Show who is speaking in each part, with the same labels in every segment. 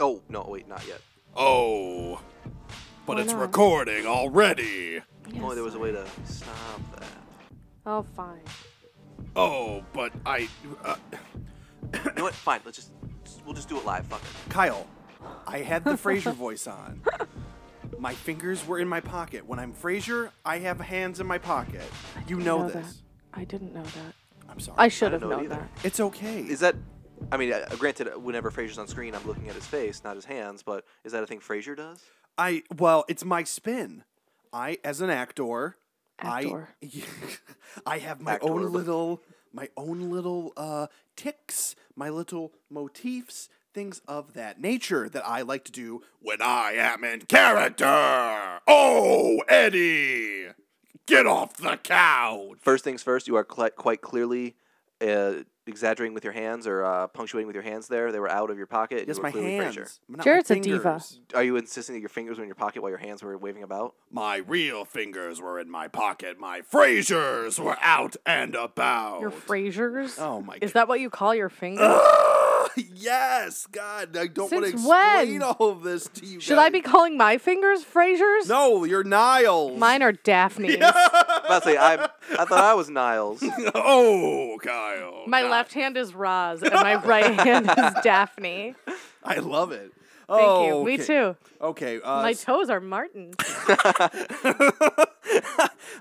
Speaker 1: wait, not yet.
Speaker 2: Oh, but
Speaker 3: Why
Speaker 2: it's
Speaker 3: not?
Speaker 2: recording already.
Speaker 1: If only there was a way to stop that.
Speaker 3: Oh, fine.
Speaker 2: Oh, but I. Uh,
Speaker 1: You know what? Fine. Let's just we'll just do it live. Fuck it.
Speaker 4: Kyle, I had the Frasier voice on. My fingers were in my pocket. When I'm Frasier, I have hands in my pocket. You
Speaker 3: didn't
Speaker 4: know
Speaker 3: that.
Speaker 4: this.
Speaker 3: I didn't know that.
Speaker 4: I'm sorry.
Speaker 3: I should have
Speaker 1: know it
Speaker 3: known
Speaker 1: either.
Speaker 3: that.
Speaker 4: it's okay.
Speaker 1: Is that? I mean, uh, granted, uh, whenever Frasier's on screen, I'm looking at his face, not his hands. But is that a thing Frasier does?
Speaker 4: I well, it's my spin. I as an actor,
Speaker 3: Actor.
Speaker 4: I I have my
Speaker 1: Actor,
Speaker 4: own
Speaker 1: but-
Speaker 4: little my own little uh ticks, my little motifs, things of that nature that I like to do.
Speaker 2: when I am in character. Oh, Eddie, get off the couch.
Speaker 1: First things first. You are cl- quite clearly. Uh, exaggerating with your hands or uh, punctuating with your hands there they were out of your pocket and
Speaker 4: Yes,
Speaker 1: you were
Speaker 4: my
Speaker 1: clearly
Speaker 4: hands.
Speaker 1: Frasier.
Speaker 4: not my
Speaker 3: Jared's a diva.
Speaker 4: fingers.
Speaker 1: are you insisting that your fingers were in your pocket while your hands were waving about
Speaker 2: My real fingers were in my pocket. My Frasers were out and about.
Speaker 3: Your Frasers?
Speaker 4: Oh my
Speaker 3: Is that what you call your finger?
Speaker 2: Ah, yes, God, I don't want to
Speaker 3: Since
Speaker 2: explain
Speaker 3: when?
Speaker 2: all of this to you.
Speaker 3: Should I
Speaker 2: guys.
Speaker 3: be calling my fingers Frasers?
Speaker 4: No, you're Niles.
Speaker 3: Mine are Daphne's.
Speaker 1: about to say I, I thought I was Niles.
Speaker 2: Oh, Kyle.
Speaker 3: My
Speaker 2: God.
Speaker 3: left hand is Roz, and my right hand is Daphne. Thank
Speaker 4: I love it.
Speaker 3: you.
Speaker 4: Oh,
Speaker 3: Me
Speaker 4: okay.
Speaker 3: too.
Speaker 4: Okay. Uh,
Speaker 3: My
Speaker 4: s-
Speaker 3: toes are Martin.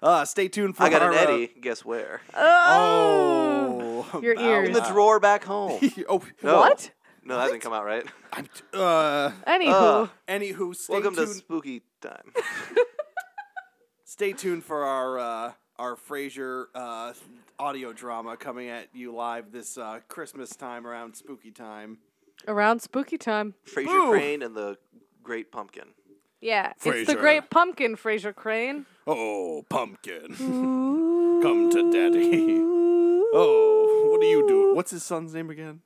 Speaker 4: uh, stay tuned for
Speaker 1: I got an
Speaker 4: our, uh,
Speaker 1: Eddie. Guess where?
Speaker 4: Oh,
Speaker 3: Your
Speaker 4: wow.
Speaker 3: ears.
Speaker 1: In the drawer back home.
Speaker 4: oh,
Speaker 1: No.
Speaker 3: What?
Speaker 1: No, that didn't come out right.
Speaker 4: I'm t- uh,
Speaker 3: Anywho,
Speaker 1: Ugh.
Speaker 4: anywho, stay
Speaker 1: Welcome
Speaker 4: tuned.
Speaker 1: to spooky time.
Speaker 4: stay tuned for our uh, our Frasier uh, audio drama coming at you live this uh, Christmas time around spooky time.
Speaker 3: around spooky time.
Speaker 1: Fraser
Speaker 4: Boo.
Speaker 1: Crane and the Great Pumpkin.
Speaker 3: Yeah, it's the
Speaker 2: Frasier.
Speaker 3: Great Pumpkin, Fraser Crane.
Speaker 2: Oh, pumpkin. Come to daddy. Oh, what do you do?
Speaker 4: What's his son's name again?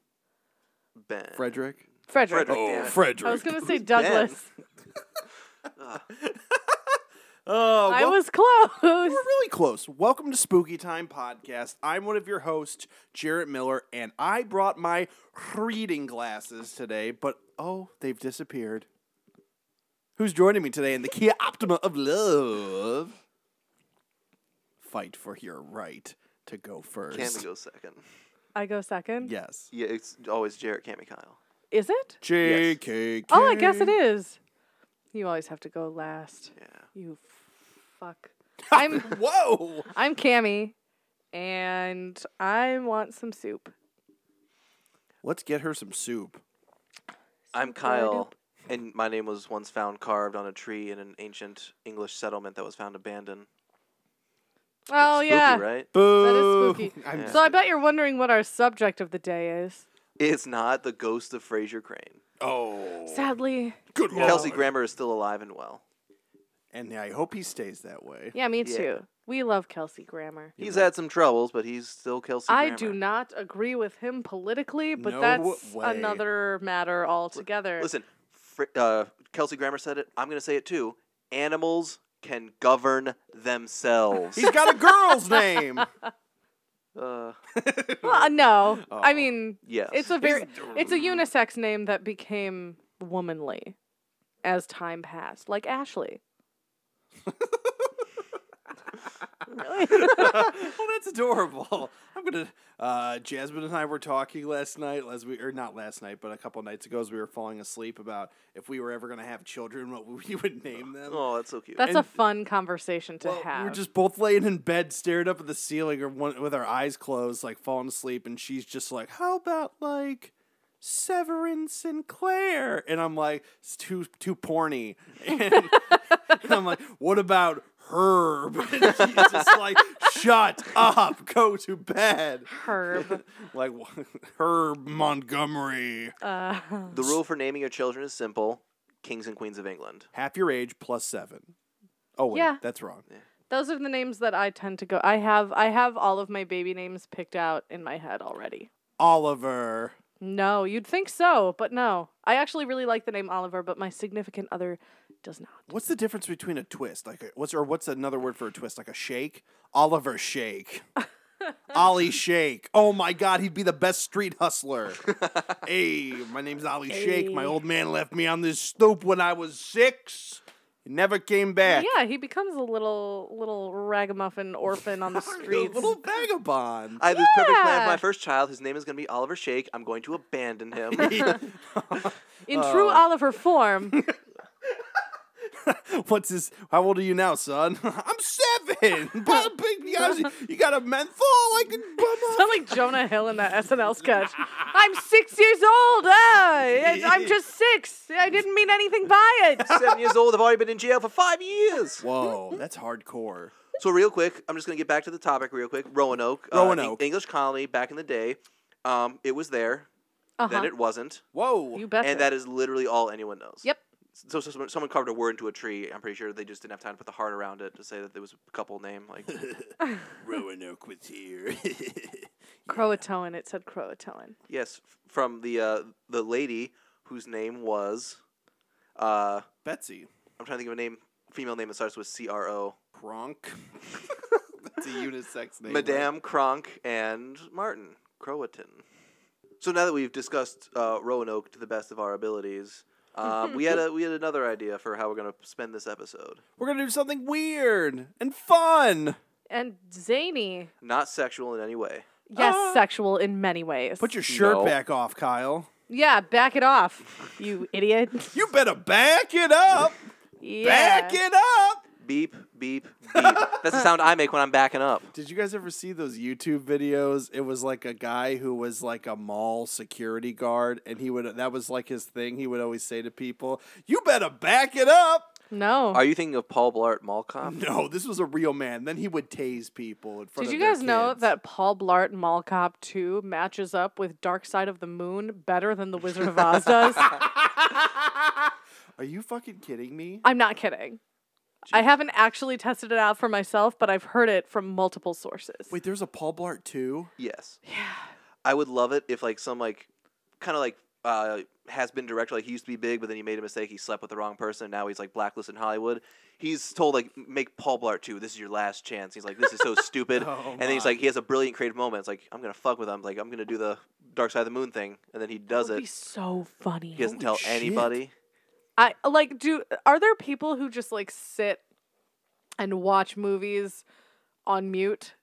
Speaker 1: Ben.
Speaker 4: Frederick.
Speaker 3: Frederick.
Speaker 1: Frederick.
Speaker 2: Oh,
Speaker 1: Damn it.
Speaker 2: Frederick.
Speaker 3: I was gonna say Douglas.
Speaker 4: Oh,
Speaker 3: I was close.
Speaker 4: we're really close. Welcome to Spooky Time Podcast. I'm one of your hosts, Jarrett Miller, and I brought my reading glasses today, but oh, they've disappeared. Who's joining me today in the Kia Optima of Love? Fight for your right to go first.
Speaker 1: Cammy goes second.
Speaker 3: I go second.
Speaker 4: Yes.
Speaker 1: Yeah, it's always Jarrett, Cammy, Kyle.
Speaker 3: Is it?
Speaker 4: JKK.
Speaker 3: Oh, I guess it is. You always have to go last.
Speaker 1: Yeah.
Speaker 3: You fuck. I'm
Speaker 4: Whoa!
Speaker 3: I'm Cammy, and I want some soup.
Speaker 4: Let's get her some soup.
Speaker 1: I'm Kyle, and my name was once found carved on a tree in an ancient English settlement that was found abandoned.
Speaker 3: Oh
Speaker 1: Spooky,
Speaker 3: yeah,
Speaker 1: right?
Speaker 3: that
Speaker 4: Boo!
Speaker 3: is spooky.
Speaker 4: I'm
Speaker 3: So I bet you're wondering what our subject of the day is.
Speaker 1: It's not the ghost of Fraser Crane.
Speaker 2: Oh,
Speaker 3: Sadly,
Speaker 2: good lord.
Speaker 1: Kelsey Grammer is still alive and well.
Speaker 4: And I hope he stays that way.
Speaker 3: yeah, me
Speaker 1: Yeah.
Speaker 3: too. We love Kelsey Grammer.
Speaker 1: He's had some troubles, but he's still Kelsey
Speaker 3: I
Speaker 1: Grammer.
Speaker 3: do not agree with him politically, but
Speaker 4: No
Speaker 3: that's
Speaker 4: way.
Speaker 3: another matter altogether.
Speaker 1: Listen, Fr- uh, Kelsey Grammer said it. I'm going to say it too. Animals can govern themselves.
Speaker 4: He's got a girl's name.
Speaker 1: uh,
Speaker 3: Well, no, I
Speaker 4: Oh.
Speaker 3: mean
Speaker 1: yes.
Speaker 3: it's a very it's a unisex name that became womanly as time passed, like Ashley. really?
Speaker 4: well, Oh, that's adorable. I'm gonna. Uh, Jasmine and I were talking last night, as we or not last night, but a couple nights ago, as we were falling asleep about if we were ever gonna have children, what we would name them.
Speaker 1: oh, that's so cute.
Speaker 3: That's a
Speaker 4: And-
Speaker 3: fun conversation to
Speaker 4: Well,
Speaker 3: have.
Speaker 4: we were just both laying in bed, staring up at the ceiling, or one, with our eyes closed, like falling asleep, and she's just like, "How about like Severin Sinclair?" And I'm like, "It's too too porny," and, and I'm like, "What about?" Herb. And she's just like, shut up, go to bed.
Speaker 3: Herb.
Speaker 4: like Herb Montgomery.
Speaker 3: Uh,
Speaker 1: the rule for naming your children is simple: kings and queens of England.
Speaker 4: Half your age plus seven. Oh wait,
Speaker 3: Yeah.
Speaker 4: that's wrong.
Speaker 3: those are the names that I tend to go. I have I have all of my baby names picked out in my head already.
Speaker 4: Oliver.
Speaker 3: No, you'd think so, but no. I actually really like the name Oliver, but my significant other does not.
Speaker 4: What's the difference between a twist? Like a, what's or what's another word for a twist? Like a shake? Oliver shake. Ollie Shake. Oh my God, he'd be the best street hustler. hey, my name's Ollie Shake. My
Speaker 5: Hey.
Speaker 4: old man left me on this stoop when I was six. He never came back.
Speaker 3: Yeah, he becomes a little little ragamuffin orphan on the streets.
Speaker 4: little vagabond.
Speaker 1: I have this perfect plan for
Speaker 3: Yeah.
Speaker 1: my first child. His name is going to be Oliver Shake. I'm going to abandon him.
Speaker 3: In true Oliver form,
Speaker 4: What's his? How old are you now, son? I'm seven. But a big, you, guys, you got a menthol? I can bum
Speaker 3: sound
Speaker 4: up.
Speaker 3: like Jonah Hill in that SNL sketch. I'm six years old. Ah, I- I'm just six. I didn't mean anything by it.
Speaker 1: Seven years old. I've already been in jail for five years.
Speaker 4: Whoa, that's hardcore.
Speaker 1: So real quick, I'm just gonna get back to the topic real quick. Roanoke, uh,
Speaker 4: Roanoke.
Speaker 1: Eng- English colony back in the day. Um, it was there,
Speaker 3: Uh-huh.
Speaker 1: then it wasn't,
Speaker 4: Whoa.
Speaker 3: you bet.
Speaker 1: and that is literally all anyone knows.
Speaker 3: Yep.
Speaker 1: So, so someone- someone carved a word into a tree. I'm pretty sure they just didn't have time to put the heart around it to say that there was a couple name. Like
Speaker 4: Roanoke was here.
Speaker 3: Croatoan. It said Croatoan.
Speaker 1: yes, f- from the uh, the lady whose name was, uh,
Speaker 4: Betsy.
Speaker 1: I'm trying to think of a name, female name that starts with C R O.
Speaker 4: Kronk. that's a unisex name. right?
Speaker 1: Madame Kronk and Martin Croatan. So now that we've discussed uh, Roanoke to the best of our abilities, uh, we had a, we had another idea for how we're gonna spend this episode.
Speaker 4: We're going to do something weird and fun.
Speaker 3: And zany.
Speaker 1: Not sexual in any way.
Speaker 3: Yes,
Speaker 4: Ah.
Speaker 3: sexual in many ways.
Speaker 4: Put your shirt
Speaker 1: No.
Speaker 4: back off, Kyle.
Speaker 3: yeah, back it off, you idiot.
Speaker 4: You better back it up.
Speaker 3: yeah.
Speaker 4: Back it up.
Speaker 1: Beep beep beep. That's the sound I make when I'm backing up.
Speaker 4: Did you guys ever see those YouTube videos? It was like a guy who was like a mall security guard, and he would that was like his thing. He would always say to people, "You better back it up."
Speaker 3: No.
Speaker 1: Are you thinking of Paul Blart Mall Cop?
Speaker 4: No, this was a real man. Then he would tase people in front.
Speaker 3: Did
Speaker 4: of
Speaker 3: you
Speaker 4: their
Speaker 3: guys know
Speaker 4: kids.
Speaker 3: that Paul Blart Mall Cop 2 matches up with Dark Side of the Moon better than The Wizard of Oz does?
Speaker 4: Are you fucking kidding me?
Speaker 3: I'm not kidding. I haven't actually tested it out for myself, but I've heard it from multiple sources.
Speaker 4: Wait, there's a Paul Blart too.
Speaker 1: Yes. Yeah. I would love it if like some like kind of like uh, has been director like he used to be big, but then he made a mistake. He slept with the wrong person. And now he's like blacklisted in Hollywood. He's told like m- make Paul Blart two. This is your last chance. He's like this is so stupid.
Speaker 4: Oh,
Speaker 1: and then he's like he has a brilliant creative moment. It's like I'm gonna fuck with him. Like I'm gonna do the Dark Side of the Moon thing, and then he does
Speaker 3: that would be
Speaker 1: it.
Speaker 3: so funny.
Speaker 1: He doesn't tell
Speaker 4: Holy shit.
Speaker 1: anybody.
Speaker 3: I like do are there people who just like sit and watch movies on mute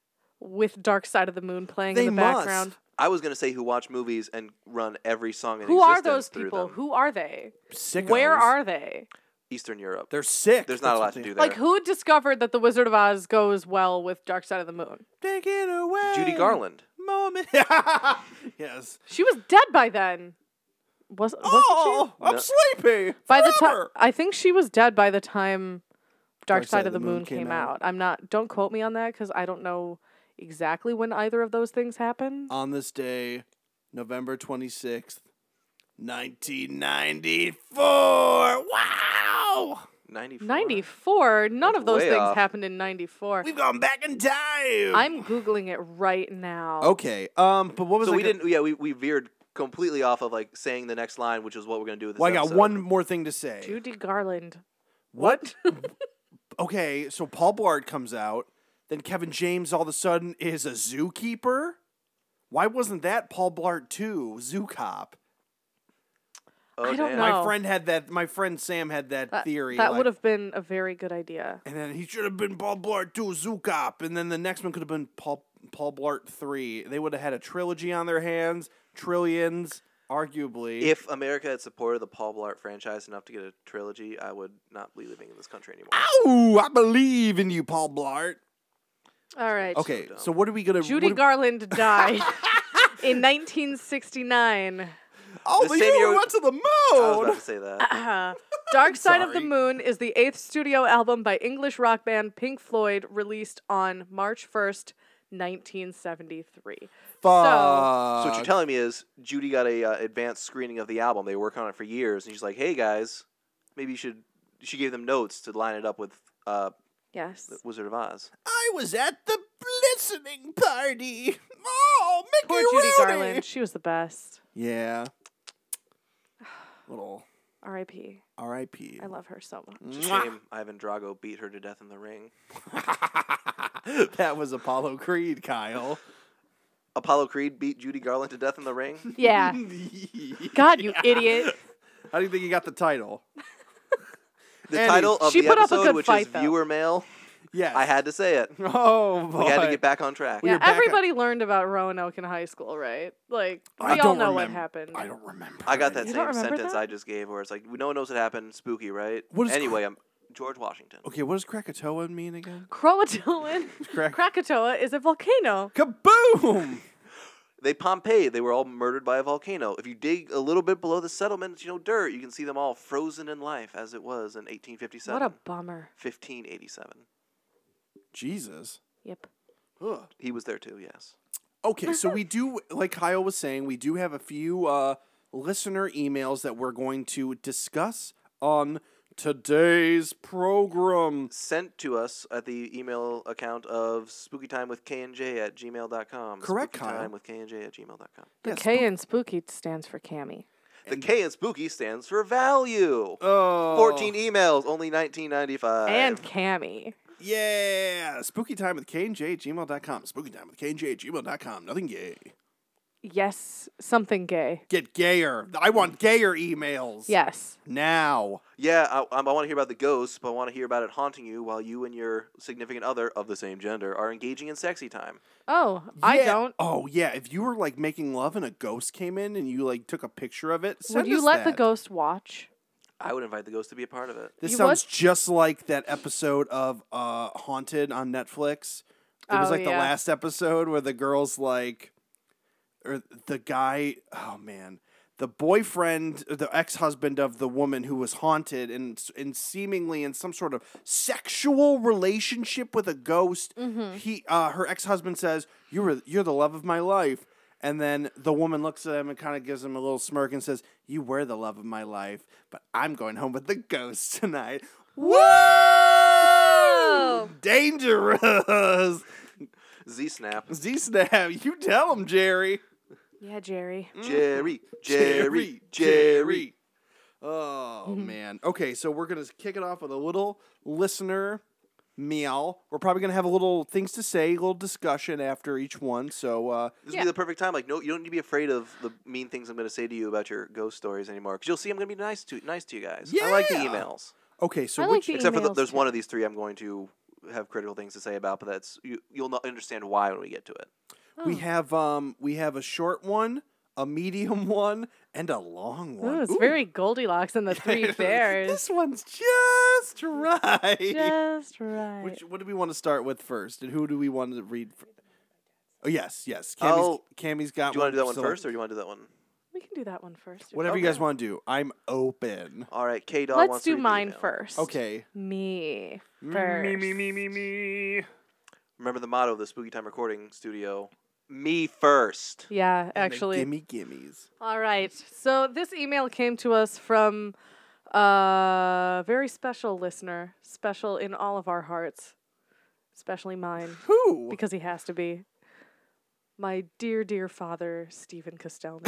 Speaker 3: with Dark Side of the Moon playing
Speaker 4: They
Speaker 3: in the
Speaker 4: must.
Speaker 3: background?
Speaker 1: I was gonna say who watch movies and run every song in
Speaker 3: Who are
Speaker 1: existence
Speaker 3: those
Speaker 1: through
Speaker 3: people?
Speaker 1: them.
Speaker 3: Who are they?
Speaker 4: Sickos.
Speaker 3: Where are they?
Speaker 1: Eastern Europe.
Speaker 4: They're sick.
Speaker 1: There's not a lot to do there.
Speaker 3: Like who discovered that The Wizard of Oz goes well with Dark Side of the Moon?
Speaker 4: Take it away.
Speaker 1: Judy Garland.
Speaker 4: Moment. yes.
Speaker 3: She was dead by then. Was wasn't she?
Speaker 4: Oh, I'm
Speaker 1: No.
Speaker 4: sleepy.
Speaker 3: By the time
Speaker 4: forever.
Speaker 3: I think she was dead by the time Dark, Side, of the, Moon, came out. I'm not don't quote me on that cuz I don't know exactly when either of those things happened.
Speaker 4: on this day, November 26th, 1994. Wow!
Speaker 1: Ninety four.
Speaker 3: 94 none of
Speaker 1: That's
Speaker 3: those
Speaker 1: way
Speaker 3: things
Speaker 1: off.
Speaker 3: happened in 94
Speaker 4: We've gone back in time.
Speaker 3: i'm googling it right now
Speaker 4: okay. Um, but what was
Speaker 1: So
Speaker 4: I
Speaker 1: we
Speaker 4: gonna-
Speaker 1: didn't. Yeah, we, we veered completely off of like saying the next line, which is what we're gonna do. With this
Speaker 4: Well, I got
Speaker 1: episode.
Speaker 4: one more thing to say.
Speaker 3: judy garland
Speaker 4: What? okay, so Paul Blart comes out, then Kevin James all of a sudden is a zookeeper. Why wasn't that Paul Blart too? Zoo cop.
Speaker 1: Oh,
Speaker 3: I don't
Speaker 1: damn.
Speaker 3: know.
Speaker 4: My friend had that. My friend Sam had that,
Speaker 3: that,
Speaker 4: theory.
Speaker 3: that
Speaker 4: like-
Speaker 3: would have been a very good idea
Speaker 4: And then he should have been Paul Blart 2 Zoo Cop. And then the next one could have been Paul, Paul Blart 3. They would have had a trilogy on their hands, trillions, arguably.
Speaker 1: If America had supported the Paul Blart franchise enough to get a trilogy, I would not be living in this country anymore.
Speaker 4: Ow! I believe in you, Paul Blart.
Speaker 3: all right
Speaker 4: Okay,
Speaker 1: dumb.
Speaker 4: so what are we going to
Speaker 3: judy garland died in 1969
Speaker 4: Oh,
Speaker 1: The
Speaker 4: the
Speaker 1: same
Speaker 4: year
Speaker 1: year-
Speaker 4: we went to the
Speaker 1: I was about
Speaker 4: moon!
Speaker 1: to say that.
Speaker 3: Uh-huh. dark side of the
Speaker 4: Sorry.
Speaker 3: moon is the eighth studio album by english rock band pink floyd released on march 1st 1973
Speaker 1: so what
Speaker 4: Fuck.
Speaker 1: you're telling me is Judy got a uh, advanced screening of the album. They work on it for years, and she's like, "Hey guys, maybe you should." She gave them notes to line it up with uh,
Speaker 3: yes
Speaker 1: the Wizard of Oz.
Speaker 4: I was at the listening party. Oh, Mickey
Speaker 3: poor judy
Speaker 4: Rooney.
Speaker 3: garland she was the best
Speaker 4: Yeah. Little
Speaker 3: r.i.p
Speaker 4: R.I.P.
Speaker 3: I love her so much.
Speaker 1: It's a shame Ivan Drago beat her to death in the ring.
Speaker 4: that was Apollo Creed, Kyle.
Speaker 1: Apollo Creed beat Judy Garland to death in the ring.
Speaker 3: Yeah. God, you idiot.
Speaker 4: How do you think he got the title?
Speaker 1: The
Speaker 4: Annie.
Speaker 1: title of
Speaker 3: She
Speaker 1: the
Speaker 3: put up a
Speaker 1: episode,
Speaker 3: good
Speaker 1: which is
Speaker 3: fight, though.
Speaker 1: viewer mail,
Speaker 4: Yes.
Speaker 1: I had to say it.
Speaker 4: Oh boy.
Speaker 1: We had to get back on track.
Speaker 4: you're
Speaker 3: Yeah,
Speaker 4: back on-
Speaker 3: everybody learned about Roanoke in high school, right? Like we
Speaker 4: I
Speaker 3: all
Speaker 4: don't
Speaker 3: know what
Speaker 4: remem-
Speaker 3: happened.
Speaker 4: I don't remember.
Speaker 1: I got that
Speaker 3: You don't
Speaker 1: same
Speaker 3: remember
Speaker 1: sentence
Speaker 3: that?
Speaker 1: I just gave, where it's like no one knows what happened. Spooky, right?
Speaker 4: What is
Speaker 1: anyway, I'm George Washington.
Speaker 4: Okay, what does Krakatoa mean again?
Speaker 3: Croatoan
Speaker 4: Krak-
Speaker 3: Krakatoa is a volcano.
Speaker 4: Kaboom!
Speaker 1: They Pompeii. They were all murdered by a volcano. If you dig a little bit below the settlements, you know, dirt, you can see them all frozen in life as it was in 1857,
Speaker 3: What a bummer.
Speaker 1: 1587.
Speaker 4: Jesus.
Speaker 3: Yep.
Speaker 4: Ugh.
Speaker 1: He was there too. Yes.
Speaker 4: Okay, so we do, like Kyle was saying, we do have a few uh, listener emails that we're going to discuss on today's program.
Speaker 1: Sent to us at the email account of spookytime with KNJ at gmail.com.
Speaker 4: Correct,
Speaker 1: Spooky
Speaker 4: Kyle.
Speaker 1: Time with KNJ at gmail.com.
Speaker 3: The
Speaker 4: Yes,
Speaker 3: K in spooky stands for Cammy.
Speaker 1: The K in spooky stands for value.
Speaker 4: Oh,
Speaker 1: 14
Speaker 3: e-
Speaker 1: emails, only 1995.
Speaker 3: And Cammy.
Speaker 4: Yeah. Spooky time with KNJ at gmail.com. Spooky time with KNJ at gmail.com. Nothing gay.
Speaker 3: Yes, something gay.
Speaker 4: Get gayer. I want gayer emails.
Speaker 3: Yes.
Speaker 4: Now.
Speaker 1: Yeah, I, I want to hear about the ghosts, but I want to hear about it haunting you while you and your significant other of the same gender are engaging in sexy time.
Speaker 3: Oh, I
Speaker 4: Yeah.
Speaker 3: don't.
Speaker 4: Oh, yeah. If you were like making love and a ghost came in and you like took a picture of it,
Speaker 3: Would
Speaker 4: send
Speaker 3: you
Speaker 4: us
Speaker 3: let the
Speaker 4: that.
Speaker 3: ghost watch?
Speaker 1: I would invite the ghost to be a part of it.
Speaker 4: This
Speaker 3: You
Speaker 4: sounds
Speaker 3: would?
Speaker 4: just like that episode of uh, Haunted on Netflix. It was
Speaker 3: Oh,
Speaker 4: like the
Speaker 3: yeah.
Speaker 4: last episode where the girl's like, or the guy, oh man, the boyfriend, the ex husband of the woman who was haunted and, and seemingly in some sort of sexual relationship with a ghost. He, uh, her ex husband says, "You were, you're the love of my life." And then the woman looks at him and kind of gives him a little smirk and says, "You were the love of my life, but I'm going home with the ghost tonight." Whoa! Dangerous.
Speaker 1: Z Snap.
Speaker 4: Z snap. You tell him, Jerry.
Speaker 3: Yeah, Jerry.
Speaker 4: Mm.
Speaker 1: Jerry, Jerry, Jerry. Mm-hmm.
Speaker 4: Oh man. Okay, so we're gonna kick it off with a little listener meow. We're probably gonna have a little things to say, a little discussion after each one. So uh,
Speaker 1: This
Speaker 3: Yeah.
Speaker 1: would be the perfect time. Like, no, you don't need to be afraid of the mean things I'm going to say to you about your ghost stories anymore. Because you'll see, I'm going to be nice to nice to you guys. I like the
Speaker 4: Yeah.
Speaker 1: emails,
Speaker 4: okay, so
Speaker 3: I like
Speaker 4: which
Speaker 3: the
Speaker 1: except for the,
Speaker 3: emails,
Speaker 1: there's
Speaker 3: too.
Speaker 1: one of these three I'm going to have critical things to say about. But that's you, you'll not understand why when we get to it.
Speaker 3: Oh.
Speaker 4: we have um we have a short one, a medium one, and a long
Speaker 1: Oh,
Speaker 4: one.
Speaker 3: Ooh, it's
Speaker 4: Ooh.
Speaker 3: very Goldilocks and the Three Bears.
Speaker 4: this one's just right.
Speaker 3: Just right.
Speaker 4: Which what do we want to start with first, and who do we want to read? fir- Oh yes, yes. Cammy's,
Speaker 1: Oh.
Speaker 4: Cammy's got.
Speaker 1: Do you want to do that one
Speaker 4: so-
Speaker 1: first, or do you want to do that one?
Speaker 3: we can do that one first. if
Speaker 4: Whatever you
Speaker 1: Okay.
Speaker 4: guys want to do, I'm open.
Speaker 1: All right, K Dog.
Speaker 3: Let's
Speaker 1: wants to
Speaker 3: do
Speaker 1: read the
Speaker 3: mine
Speaker 1: email.
Speaker 3: first.
Speaker 4: Okay.
Speaker 3: Me first.
Speaker 4: me me.
Speaker 1: Remember the motto of the Spooky Time Recording Studio: "Me first.
Speaker 3: Yeah, actually.
Speaker 4: gimme gimmies.
Speaker 3: All right. So this email came to us from a very special listener, special in all of our hearts, especially mine,
Speaker 4: Who?
Speaker 3: because he has to be. My dear, dear father, Stephen Costello.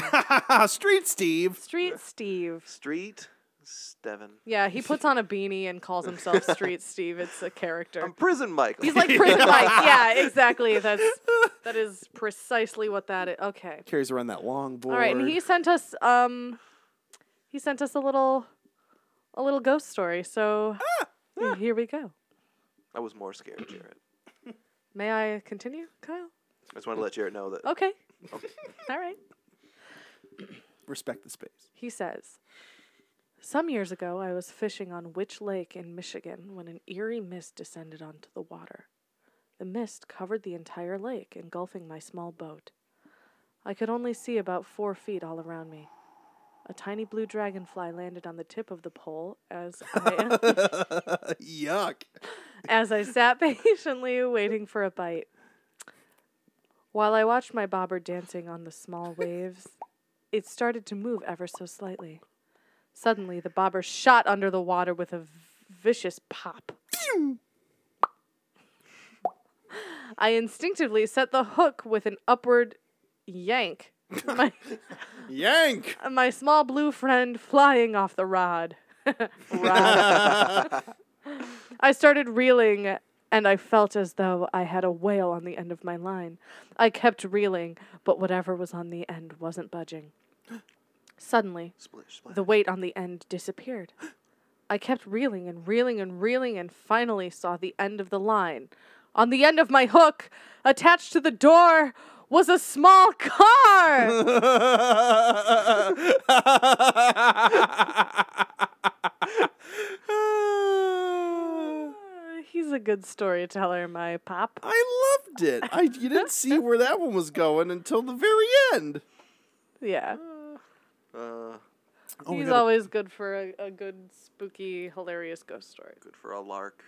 Speaker 4: Street Steve.
Speaker 3: Street Steve.
Speaker 1: Street Steven.
Speaker 3: Yeah, he puts on a beanie and calls himself Street Steve. It's a character.
Speaker 1: I'm prison Michael.
Speaker 3: He's like Prison Mike. Yeah, exactly. That's that is precisely what that is. Okay.
Speaker 4: Carries around that long board.
Speaker 3: All right, and he sent us um he sent us a little a little ghost story. So here we go.
Speaker 1: I was more scared, Jarrett.
Speaker 3: May I continue, Kyle?
Speaker 1: I just want to let Jarrett know that
Speaker 3: Okay. All right.
Speaker 4: respect the space.
Speaker 3: He says, Some years ago, I was fishing on Witch Lake in Michigan when an eerie mist descended onto the water. The mist covered the entire lake, engulfing my small boat. I could only see about four feet all around me. A tiny blue dragonfly landed on the tip of the pole as I,
Speaker 4: Yuck.
Speaker 3: as I sat patiently waiting for a bite. While I watched my bobber dancing on the small waves, it started to move ever so slightly. Suddenly, the bobber shot under the water with a v- vicious pop. I instinctively set the hook with an upward yank, my,
Speaker 4: Yank.
Speaker 3: my small blue friend flying off Uh, the rod. rod. I started reeling and I felt as though I had a whale on the end of my line. I kept reeling, but whatever was on the end wasn't budging. Suddenly,
Speaker 1: Splish, splash.
Speaker 3: the weight on the end disappeared. I kept reeling and reeling and reeling and finally saw the end of the line. On the end of my hook, attached to the door, was a small car. Uh, Uh, He's a good storyteller, my pop.
Speaker 4: I loved it. I you didn't see where that one was going until the very end.
Speaker 3: Yeah.
Speaker 1: Uh,
Speaker 4: Oh, we
Speaker 3: He's
Speaker 4: gotta-
Speaker 3: always good for a, a good, spooky, hilarious ghost story.
Speaker 1: good for a lark.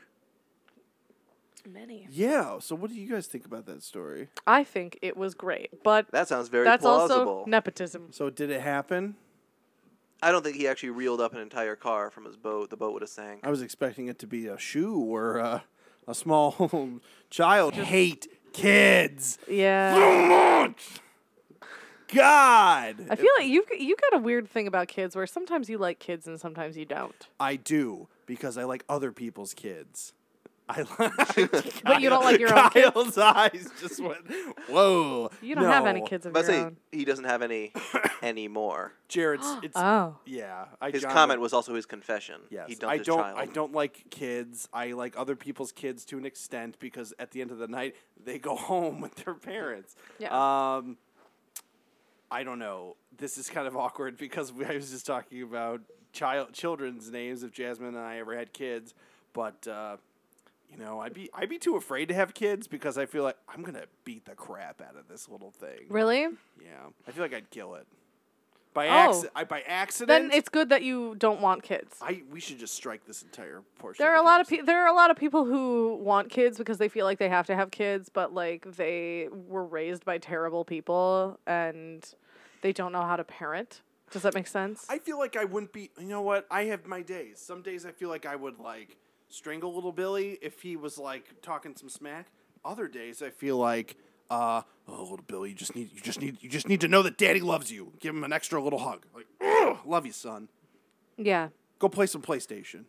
Speaker 3: Many.
Speaker 4: Yeah. So what do you guys think about that story?
Speaker 3: I think it was great, but
Speaker 1: That sounds very
Speaker 3: that's
Speaker 1: plausible.
Speaker 3: also nepotism.
Speaker 4: So did it happen?
Speaker 1: I don't think he actually reeled up an entire car from his boat. The boat would have sank.
Speaker 4: I was expecting it to be a shoe or a, a small child. Hate kids.
Speaker 3: Yeah.
Speaker 2: So much.
Speaker 4: God.
Speaker 3: I feel like you've you got a weird thing about kids where sometimes you like kids and sometimes you don't.
Speaker 4: I do because I like other people's kids. I like.
Speaker 3: But you don't like your own
Speaker 4: Kyle's
Speaker 3: kids?
Speaker 4: eyes just went. Whoa.
Speaker 3: You don't have any
Speaker 4: No.
Speaker 3: kids of
Speaker 1: But I
Speaker 3: your
Speaker 1: say
Speaker 3: own.
Speaker 1: he doesn't have any anymore.
Speaker 4: Jared's. It's.
Speaker 3: Oh.
Speaker 4: yeah. I
Speaker 1: His
Speaker 4: genre-
Speaker 1: comment was also his confession.
Speaker 4: Yes.
Speaker 1: he dumped
Speaker 4: I
Speaker 1: his
Speaker 4: don't.
Speaker 1: child.
Speaker 4: I don't like kids. I like other people's kids to an extent because at the end of the night they go home with their parents.
Speaker 3: Yeah.
Speaker 4: Um. I don't know. This is kind of awkward because we, I was just talking about child children's names if Jasmine and I ever had kids, but uh, you know, I'd be I'd be too afraid to have kids because I feel like I'm gonna beat the crap out of this little thing.
Speaker 3: Really?
Speaker 4: Yeah, I feel like I'd kill it by
Speaker 3: Oh.
Speaker 4: acci- I, by accident.
Speaker 3: Then it's good that you don't want kids.
Speaker 4: I we should just strike this entire portion.
Speaker 3: There are a
Speaker 4: the
Speaker 3: lot of
Speaker 4: conversation.
Speaker 3: pe- there are a lot of people who want kids because they feel like they have to have kids, but like they were raised by terrible people and they don't know how to parent. Does that make sense?
Speaker 4: I feel like I wouldn't be. You know what? I have my days. Some days I feel like I would like strangle little Billy if he was like talking some smack. Other days I feel like, uh, oh, little Billy, you just need, you just need, you just need to know that Daddy loves you. Give him an extra little hug. Like, "Ugh, love you, son.
Speaker 3: yeah.
Speaker 4: Go play some PlayStation.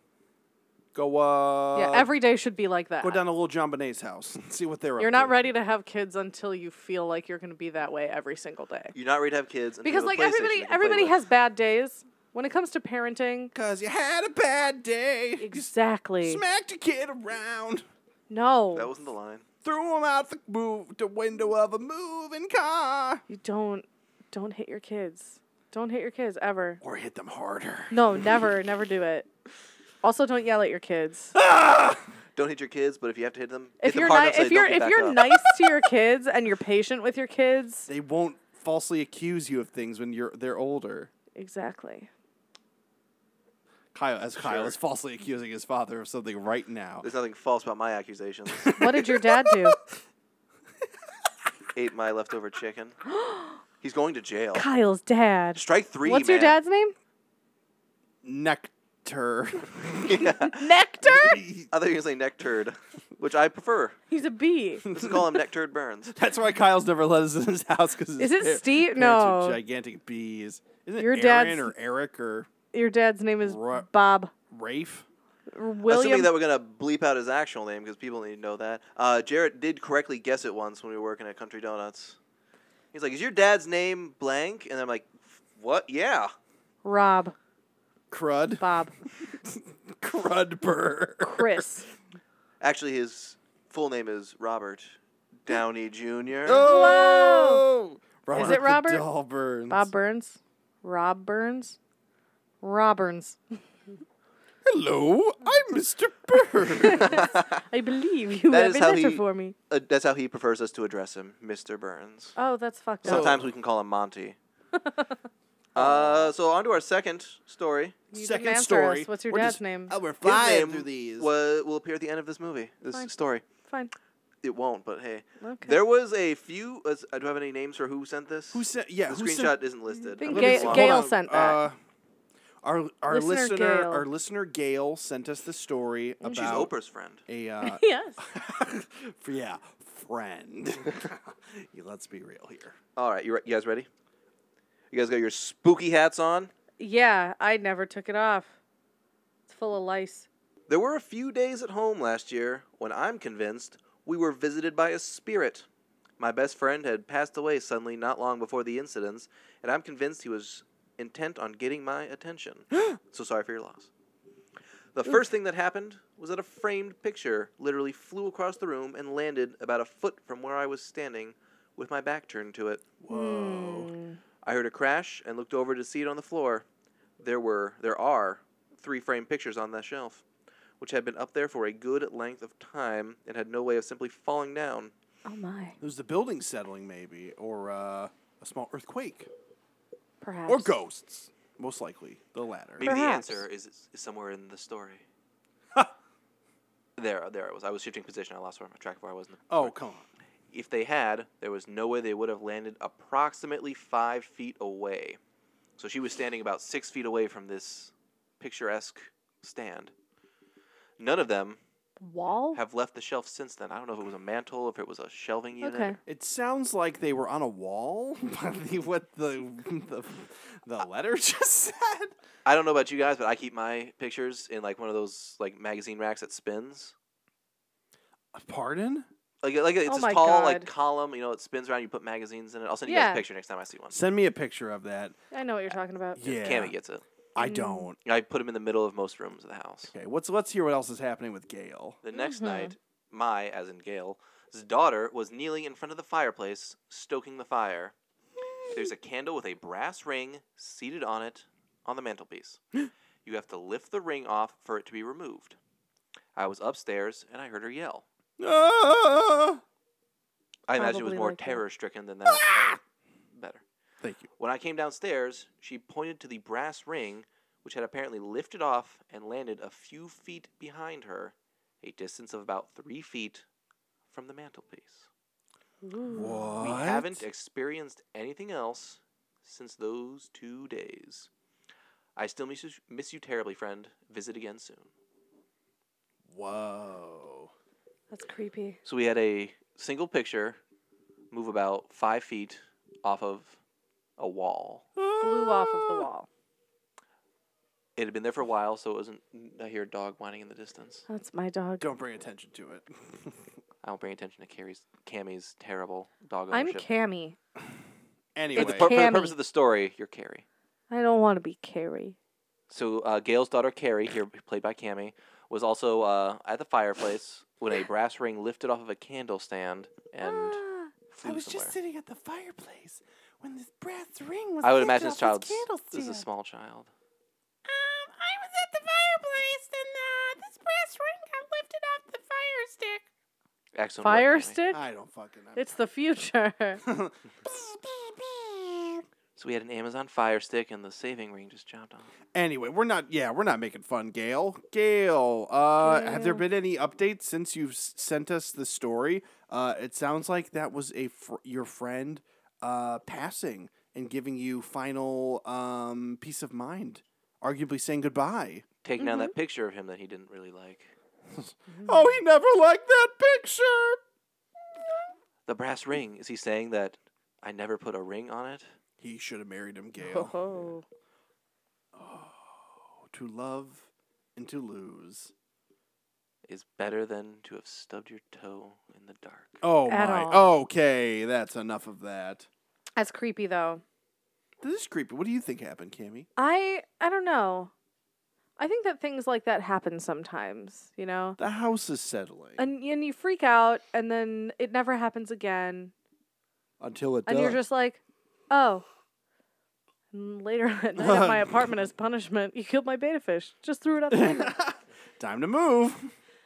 Speaker 4: Go, uh,
Speaker 3: Yeah, every day should be like that.
Speaker 4: go down to little John Bonet's house and see what they're.
Speaker 3: You're
Speaker 4: up
Speaker 3: not
Speaker 4: to.
Speaker 3: ready to have kids until you feel like you're going to be that way every single day.
Speaker 1: You're not ready to have kids until you
Speaker 3: Because
Speaker 1: have
Speaker 3: like
Speaker 1: a PlayStation you
Speaker 3: everybody
Speaker 1: can play
Speaker 3: everybody
Speaker 1: with.
Speaker 3: has bad days when it comes to parenting.
Speaker 4: Cause you had a bad day. You
Speaker 3: Exactly.
Speaker 4: smacked a kid around.
Speaker 3: No.
Speaker 1: That wasn't the line.
Speaker 4: threw him out the move, the window of a moving car.
Speaker 3: you don't don't hit your kids. Don't hit your kids ever.
Speaker 4: Or hit them harder.
Speaker 3: No, never, never do it. Also, don't yell at your kids.
Speaker 1: Don't hit your kids, but if you have to hit them, hit
Speaker 3: if
Speaker 1: them
Speaker 3: you're
Speaker 1: hard
Speaker 3: ni-
Speaker 1: enough so
Speaker 3: if
Speaker 1: they don't
Speaker 3: you're
Speaker 1: get
Speaker 3: if
Speaker 1: back
Speaker 3: you're
Speaker 1: up.
Speaker 3: nice to your kids and you're patient with your kids,
Speaker 4: They won't falsely accuse you of things when you're they're older.
Speaker 3: exactly.
Speaker 4: Kyle, as Kyle
Speaker 1: Sure.
Speaker 4: is falsely accusing his father of something right now.
Speaker 1: There's nothing false about my accusations.
Speaker 3: What did your dad do?
Speaker 1: Ate my leftover chicken. He's going to jail.
Speaker 3: Kyle's dad.
Speaker 1: Strike three.
Speaker 3: What's your
Speaker 1: man.
Speaker 3: dad's name?
Speaker 4: Nectar.
Speaker 1: Yeah.
Speaker 3: Nectar.
Speaker 1: I thought you were gonna say neck turd, which I prefer.
Speaker 3: He's a bee.
Speaker 1: Let's call him neck turd Burns.
Speaker 4: That's why Kyle's never let us in his house because
Speaker 3: Is it Steve? No.
Speaker 4: gigantic bees. Is it
Speaker 3: Your
Speaker 4: Aaron
Speaker 3: dad's-
Speaker 4: or Eric or
Speaker 3: Your dad's name is
Speaker 4: Ru-
Speaker 3: Bob
Speaker 4: Rafe?
Speaker 3: or William.
Speaker 1: Assuming that we're gonna bleep out his actual name because people need to know that. Uh, Jarrett did correctly guess it once when we were working at Country Donuts. He's like, "Is your dad's name blank?" And I'm like, "What? Yeah."
Speaker 3: Rob.
Speaker 4: Crud.
Speaker 3: Bob.
Speaker 4: Crudber.
Speaker 3: Chris.
Speaker 1: Actually, his full name is Robert Downey Jr.
Speaker 4: Oh! Robert
Speaker 3: Is it Robert?
Speaker 4: The Dahlberns.
Speaker 3: Bob Burns. Rob Burns. Rob Burns.
Speaker 4: Hello, I'm Mr. Burns.
Speaker 3: I believe you
Speaker 1: That
Speaker 3: have
Speaker 1: is
Speaker 3: a
Speaker 1: how
Speaker 3: letter
Speaker 1: he-
Speaker 3: for me.
Speaker 1: Uh, that's how he prefers us to address him, Mr. Burns.
Speaker 3: Oh, that's fucked up.
Speaker 1: Sometimes we can call him Monty. uh, so on to our second story.
Speaker 3: You
Speaker 4: Second
Speaker 3: didn't answer
Speaker 4: story.
Speaker 3: Us. What's your
Speaker 4: We're
Speaker 3: dad's
Speaker 4: just-
Speaker 3: name?
Speaker 4: we're
Speaker 1: His name wa- will appear at the end of this movie, this
Speaker 3: Fine.
Speaker 1: story.
Speaker 3: Fine.
Speaker 1: It won't, but hey.
Speaker 3: Okay.
Speaker 1: There was a few. Uh, do I have any names for who sent this?
Speaker 4: Who sent? Yeah,
Speaker 1: The
Speaker 4: who
Speaker 1: screenshot
Speaker 4: Sent,
Speaker 1: isn't listed.
Speaker 3: think
Speaker 1: I'm
Speaker 4: Let
Speaker 1: looking
Speaker 4: me
Speaker 1: at
Speaker 3: Ga-
Speaker 4: just-
Speaker 1: one.
Speaker 3: Gail
Speaker 4: hold on.
Speaker 3: sent that.
Speaker 4: Uh, our our
Speaker 3: Listener
Speaker 4: listener,
Speaker 3: Gail.
Speaker 4: our listener Gail sent us the story about
Speaker 1: She's Oprah's friend.
Speaker 4: a uh,
Speaker 3: yes.
Speaker 4: for, yeah friend. Yeah, Let's be real here.
Speaker 1: All right, you, re- you guys ready? You guys got your spooky hats on?
Speaker 3: Yeah, I never took it off. It's full of lice.
Speaker 1: There were a few days at home last year when I'm convinced we were visited by a spirit. My best friend had passed away suddenly not long before the incidents, and I'm convinced he was intent on getting my attention. so sorry for your loss. The first thing that happened was that a framed picture literally flew across the room and landed about a foot from where I was standing with my back turned to it.
Speaker 3: Hmm.
Speaker 1: I heard a crash and looked over to see it on the floor. There were there are three framed pictures on that shelf, which had been up there for a good length of time and had no way of simply falling down.
Speaker 3: Oh my.
Speaker 4: It was the building settling, maybe, or uh, a small earthquake,
Speaker 3: Perhaps.
Speaker 4: or ghosts. Most likely, the latter.
Speaker 1: Maybe
Speaker 3: Perhaps.
Speaker 1: the answer is, is somewhere in the story. there, there I was. I was shifting position. I lost where my track of where I was. in the-
Speaker 4: Oh, come on.
Speaker 1: If they had, there was no way they would have landed approximately five feet away. So she was standing about six feet away from this picturesque stand. None of them
Speaker 3: Wall?
Speaker 1: have left the shelf since then. I don't know if it was a mantle, if it was a shelving unit.
Speaker 3: Okay.
Speaker 4: It sounds like they were on a wall. By the, what the, the the letter just said.
Speaker 1: I don't know about you guys, but I keep my pictures in like one of those like magazine racks that spins.
Speaker 4: Pardon?
Speaker 1: Like, like it's
Speaker 3: Oh
Speaker 1: this
Speaker 3: my
Speaker 1: tall like
Speaker 3: God.
Speaker 1: column, you know, it spins around. You put magazines in it. I'll send you guys
Speaker 3: Yeah.
Speaker 1: a picture next time I see one.
Speaker 4: Send me a picture of that.
Speaker 3: I know what you're talking about.
Speaker 4: Yeah,
Speaker 1: Cammy gets it.
Speaker 4: I
Speaker 3: Mm.
Speaker 4: don't.
Speaker 1: I put them in the middle of most rooms of the house.
Speaker 4: Okay, what's let's hear what else is happening with Gail.
Speaker 1: The next
Speaker 3: Mhm.
Speaker 1: night, my, as in Gail's daughter was kneeling in front of the fireplace, stoking the fire. There's a candle with a brass ring seated on it on the mantelpiece. you have to lift the ring off for it to be removed. I was upstairs and I heard her yell.
Speaker 4: Ah!
Speaker 1: I imagine it was
Speaker 3: Probably
Speaker 1: more
Speaker 3: like that. Ah!
Speaker 1: terror stricken than that. but Better.
Speaker 4: Thank you.
Speaker 1: When I came downstairs, she pointed to the brass ring, which had apparently lifted off and landed a few feet behind her, a distance of about three feet from the mantelpiece.
Speaker 3: Ooh.
Speaker 4: What?
Speaker 1: We haven't experienced anything else since those two days. I still miss you, miss you terribly, friend. Visit again soon.
Speaker 4: Whoa.
Speaker 3: That's creepy.
Speaker 1: So we had a single picture move about five feet off of a wall.
Speaker 3: Flew off of the wall.
Speaker 1: It had been there for a while, so it wasn't. I hear a dog whining in the distance.
Speaker 3: That's my dog.
Speaker 4: Don't bring attention to it.
Speaker 1: I don't bring attention to Carrie's, Cammy's terrible dog
Speaker 3: I'm
Speaker 1: ownership.
Speaker 3: Cammy.
Speaker 4: anyway,
Speaker 1: For the, pur- for the
Speaker 3: Cammy.
Speaker 1: purpose of the story, you're Carrie.
Speaker 3: I don't want to be Carrie.
Speaker 1: So uh, Gail's daughter Carrie, here played by Cammy, was also uh, at the fireplace when a brass ring lifted off of a candle stand and
Speaker 3: Ah,
Speaker 4: I
Speaker 1: flew
Speaker 4: was
Speaker 1: somewhere.
Speaker 4: just sitting at the fireplace when this brass ring was.
Speaker 1: I would
Speaker 4: lifted
Speaker 1: imagine
Speaker 4: off
Speaker 1: this child
Speaker 4: His candle
Speaker 1: is a
Speaker 4: stand.
Speaker 1: small child.
Speaker 5: Um, I was at the fireplace and uh, this brass ring got lifted off the fire stick.
Speaker 1: Excellent work,
Speaker 3: Fire
Speaker 1: Cammy.
Speaker 3: stick?
Speaker 4: I don't fucking. know.
Speaker 3: It's the future.
Speaker 1: So we had an Amazon Fire Stick and the saving ring just chopped off.
Speaker 4: anyway, we're not. Yeah, we're not making fun, Gail. Gail, uh, have there
Speaker 3: Gail.
Speaker 4: been any updates since you've s- sent us the story? Uh, it sounds like that was a fr- your friend uh, passing and giving you final um, peace of mind, arguably saying goodbye.
Speaker 1: Taking down that picture of him that he didn't really like.
Speaker 4: Oh, he never liked that picture.
Speaker 1: The brass ring. Is he saying that I never put a ring on it?
Speaker 4: He should have married him, Gail.
Speaker 3: Oh.
Speaker 4: to love and to lose.
Speaker 1: Is better than to have stubbed your toe in the dark.
Speaker 4: Oh
Speaker 3: At
Speaker 4: my.
Speaker 3: all.
Speaker 4: Okay, that's enough of that.
Speaker 3: That's creepy though.
Speaker 4: This is creepy. What do you think happened, Cammy?
Speaker 3: I I don't know. I think that things like that happen sometimes, you know.
Speaker 4: The house is settling
Speaker 3: And and you freak out and then it never happens again.
Speaker 4: until it
Speaker 3: And
Speaker 4: does.
Speaker 3: you're just like, "Oh." And later that night at my apartment as punishment, you killed my beta fish. Just threw it out the window.
Speaker 4: Time to move.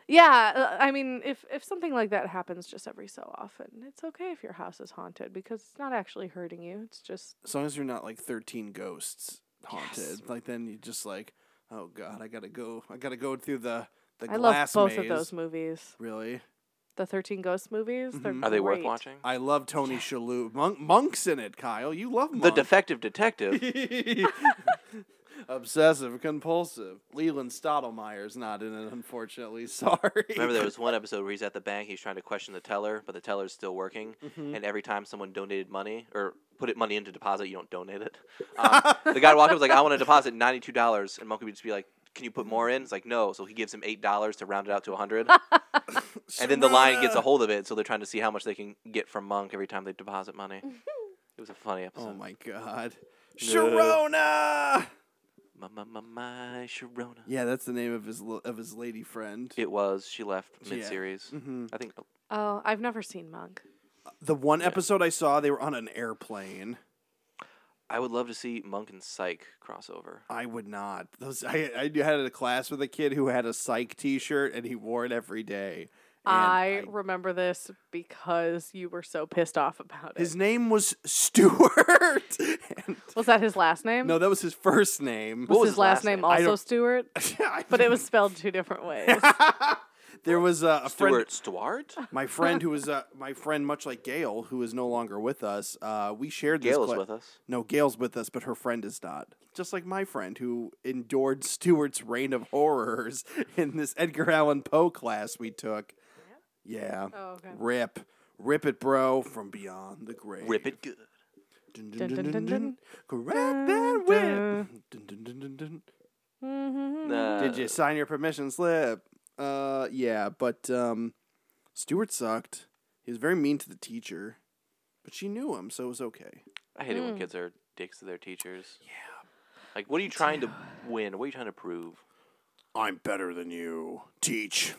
Speaker 3: yeah, uh, I mean, if if something like that happens just every so often, it's okay if your house is haunted because it's not actually hurting you. It's just
Speaker 4: As long as you're not like 13 ghosts haunted, like then you just like, oh god, I gotta go. I gotta go through the the
Speaker 3: I love
Speaker 4: glass
Speaker 3: both
Speaker 4: maze.
Speaker 3: of those movies.
Speaker 4: Really,
Speaker 3: The 13 Ghosts movies, they're
Speaker 4: Mhm.
Speaker 1: Are they worth
Speaker 3: great.
Speaker 1: watching?
Speaker 4: I love Tony Shalhoub. Monk, Monk's in it, Kyle. You love Monk.
Speaker 1: The defective detective.
Speaker 4: Obsessive, compulsive. Leland Stottlemyre's not in it, unfortunately. Sorry.
Speaker 1: Remember, there was one episode where he's at the bank. He's trying to question the teller, but the teller's still working.
Speaker 4: Mm-hmm.
Speaker 1: And every time someone donated money or put it money into deposit, you don't donate it. Um, the guy walked up was like, "I want to deposit ninety-two dollars," and Monk would just be like, can you put more in? It's like, no. So he gives him eight dollars to round it out to a hundred, and then the lion gets a
Speaker 4: Serena!
Speaker 1: hold of it. So they're trying to see how much they can get from Monk every time they deposit money. it was a funny episode.
Speaker 4: Oh my god.
Speaker 1: No.
Speaker 4: Sharona. Oh
Speaker 1: My, my, my, my Sharona.
Speaker 4: Yeah, that's the name of his l- of his lady friend.
Speaker 1: It was. She left
Speaker 4: Yeah.
Speaker 1: mid series.
Speaker 3: Mm-hmm.
Speaker 4: Mhm.
Speaker 1: I think.
Speaker 3: Oh, I've never seen Monk.
Speaker 4: The one episode I saw, they were on an airplane.
Speaker 1: I would love to see Monk and Psych crossover.
Speaker 4: I would not. Those I, I had a class with a kid who had a psych T-shirt and he wore it every day. And
Speaker 3: I remember this because you were so pissed off about it.
Speaker 4: his name was Stuart. And-
Speaker 3: was that his last name?
Speaker 4: no, that was his first name.
Speaker 1: What
Speaker 3: was
Speaker 1: was
Speaker 3: his
Speaker 1: his
Speaker 3: last
Speaker 1: last
Speaker 3: name
Speaker 1: name?
Speaker 4: I
Speaker 3: also
Speaker 4: don't-
Speaker 3: Stewart?
Speaker 4: I
Speaker 3: But it was spelled two different ways.
Speaker 4: there was uh, a friend,
Speaker 1: Stuart Stuart.
Speaker 4: my friend who was uh, my friend, much like Gail, who is no longer with us. Uh, we shared this.
Speaker 1: Gail is
Speaker 4: cla-
Speaker 1: with us.
Speaker 4: No, Gail's with us, but her friend is not. Just like my friend who endured Stewart's reign of horrors in this Edgar Allan Poe class we took. Yeah.
Speaker 3: Oh, okay.
Speaker 4: Rip. Rip it, bro, from beyond the grave.
Speaker 1: Rip it good.
Speaker 4: Dun,
Speaker 3: Dun,
Speaker 4: dun,
Speaker 3: dun,
Speaker 4: dun,
Speaker 3: dun,
Speaker 4: dun,
Speaker 3: dun.
Speaker 4: dun. Correct
Speaker 3: Dun,
Speaker 4: that whip. Dun, dun, dun, dun, dun.
Speaker 1: Nah.
Speaker 4: Did you sign your permission slip? Uh, yeah, but um, Stewart sucked. He was very mean to the teacher, but she knew him, so it was okay.
Speaker 1: I hate it when kids are dicks to their teachers. Yeah. Like, what are you trying to win? What are you trying to prove?
Speaker 2: I'm better than you.
Speaker 4: teach.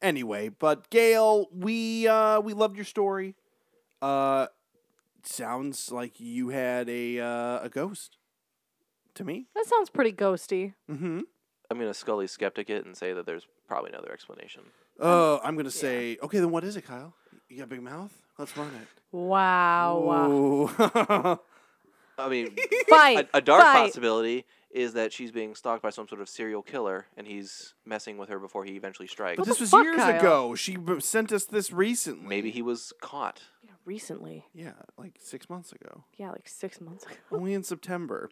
Speaker 4: Anyway, but Gail, we uh, we loved your story. Uh, sounds like you had a uh, a ghost to me.
Speaker 3: That sounds pretty ghosty.
Speaker 4: Mm-hmm.
Speaker 1: I'm gonna Scully skeptic it and say that there's probably another explanation.
Speaker 4: Oh, I'm gonna say okay. Then what is it, Kyle? You got a big mouth? Let's run it.
Speaker 3: Oh, Wow.
Speaker 4: Ooh.
Speaker 1: I mean,
Speaker 3: Fight.
Speaker 1: a, a dark
Speaker 3: fight.
Speaker 1: possibility is that she's being stalked by some sort of serial killer, and he's messing with her before he eventually strikes.
Speaker 3: What
Speaker 4: this
Speaker 3: the
Speaker 4: was
Speaker 3: fuck,
Speaker 4: years
Speaker 3: Kyle?
Speaker 4: ago. She b- sent us this recently.
Speaker 1: Maybe he was caught.
Speaker 3: Yeah, recently.
Speaker 4: Yeah, like six months ago.
Speaker 3: Yeah, like six months ago.
Speaker 4: Only in September.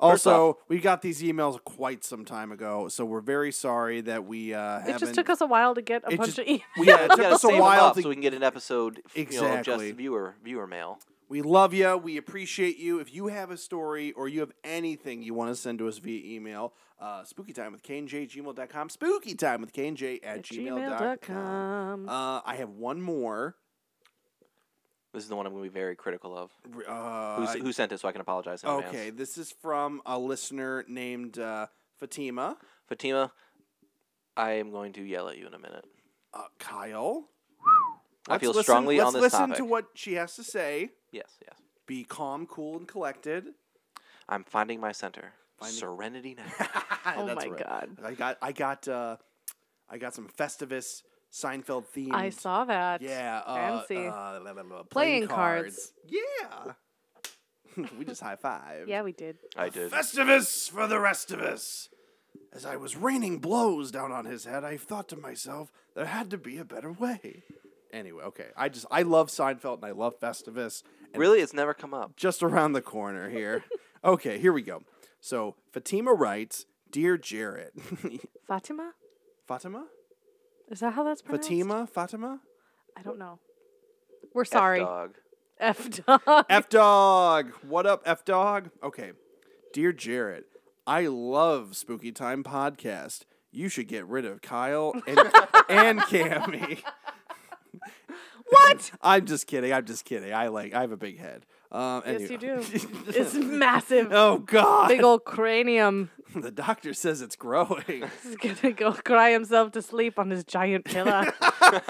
Speaker 1: First
Speaker 4: Also, we got these emails quite some time ago, so we're very sorry that we uh, haven't.
Speaker 3: It just took us a while to get a
Speaker 4: It
Speaker 3: bunch
Speaker 4: just-
Speaker 3: of e-, emails.
Speaker 4: We, yeah, it
Speaker 1: We
Speaker 4: took
Speaker 1: gotta
Speaker 4: us a
Speaker 1: save 'em
Speaker 4: while
Speaker 1: up
Speaker 4: to.
Speaker 1: so we can get an episode, you know, just
Speaker 4: Exactly.
Speaker 1: viewer viewer mail.
Speaker 4: we love you. We appreciate you. If you have a story or you have anything you want to send to us via email, uh, spookytime with KNJ at gmail.com. Spookytime with KNJ at gmail.com.
Speaker 3: gmail.com.
Speaker 4: Uh, I have one more.
Speaker 1: This is the one I'm gonna be very critical of.
Speaker 4: Uh,
Speaker 1: Who, s who sent it? So I can apologize. In
Speaker 4: okay,
Speaker 1: Advance.
Speaker 4: this is from a listener named uh, Fatima.
Speaker 1: Fatima, I am going to yell at you in a minute.
Speaker 4: Uh, Kyle.
Speaker 1: I
Speaker 4: Let's
Speaker 1: feel
Speaker 4: listen-
Speaker 1: strongly
Speaker 4: let's
Speaker 1: on this
Speaker 4: listen
Speaker 1: topic.
Speaker 4: to what she has to say.
Speaker 1: yes, yes.
Speaker 4: Be calm, cool, and collected.
Speaker 1: I'm finding my center. Serenity now.
Speaker 3: oh
Speaker 4: That's
Speaker 3: my
Speaker 4: right.
Speaker 3: god.
Speaker 4: I got I got uh, I got some Festivus Seinfeld themed.
Speaker 3: I saw that.
Speaker 4: Yeah, uh,
Speaker 3: Fancy.
Speaker 4: uh, la- la- la- la-
Speaker 3: Playing cards.
Speaker 4: Yeah, we just high five.
Speaker 3: yeah, we did.
Speaker 1: I did.
Speaker 4: Festivus for the rest of us. As I was raining blows down on his head, I thought to myself, there had to be a better way. Anyway, okay. I just I love Seinfeld and I love Festivus. And
Speaker 1: Really, it's never come up.
Speaker 4: just around the corner here. okay, here we go. So Fatima writes, Dear Jarrett,
Speaker 3: Fatima?
Speaker 4: Fatima?
Speaker 3: Is that how that's pronounced?
Speaker 4: Fatima? Fatima?
Speaker 3: I don't know. We're sorry.
Speaker 1: F-dog.
Speaker 3: F dog.
Speaker 4: F Dog! What up, F Dog? Okay. Dear Jarrett, I love Spooky Time Podcast. You should get rid of Kyle and, and Cammy.
Speaker 3: What?
Speaker 4: I'm just kidding. I'm just kidding. I like I have a big head. Um,
Speaker 3: Yes, you
Speaker 4: anyway.
Speaker 3: do. It's massive.
Speaker 4: oh god.
Speaker 3: Big old cranium
Speaker 4: the doctor says it's growing.
Speaker 3: is gonna go cry himself to sleep on his giant pillow.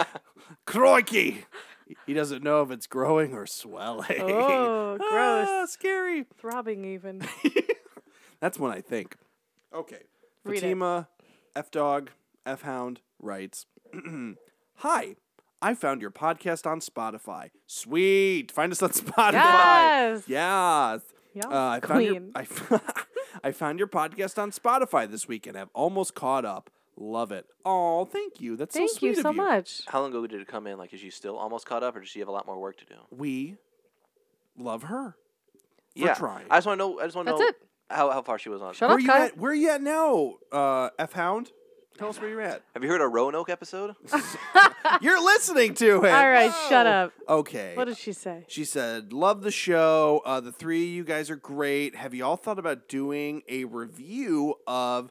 Speaker 4: Crikey! He doesn't know if it's growing or swelling.
Speaker 3: Oh, gross.
Speaker 4: Ah, scary.
Speaker 3: Throbbing
Speaker 4: Uh,
Speaker 3: even.
Speaker 4: That's one I think. Okay.
Speaker 3: Read it.
Speaker 4: Fatima, F Dog, F Hound writes Hi, I found your podcast on Spotify. Sweet. Find us on Spotify.
Speaker 3: Yes.
Speaker 4: Yes.
Speaker 3: Yes,
Speaker 4: Uh, I, found your,
Speaker 3: queen.
Speaker 4: I, f- I found your podcast on Spotify this week and have almost caught up. Love it. Oh, thank you. That's
Speaker 3: Thank
Speaker 4: so sweet
Speaker 3: you
Speaker 4: of
Speaker 3: so much.
Speaker 1: How long ago did it come in? Like, is she still almost caught up, or does she have a lot more work to do?
Speaker 4: We love her. We're
Speaker 1: yeah.
Speaker 4: trying.
Speaker 1: I just want to know. I just want to
Speaker 3: That's
Speaker 1: know
Speaker 3: it.
Speaker 1: how how far she was on.
Speaker 3: Shut
Speaker 4: Where
Speaker 3: up,
Speaker 4: you
Speaker 3: Kyle.
Speaker 4: at? Where you at now, uh, F Hound? Tell us where you're at.
Speaker 1: Have you heard a Roanoke episode?
Speaker 4: you're listening to it.
Speaker 3: All right, shut
Speaker 4: No.
Speaker 3: up.
Speaker 4: Okay.
Speaker 3: What did she say?
Speaker 4: she said, "Love the show. Uh, the three of you guys are great. Have you all thought about doing a review of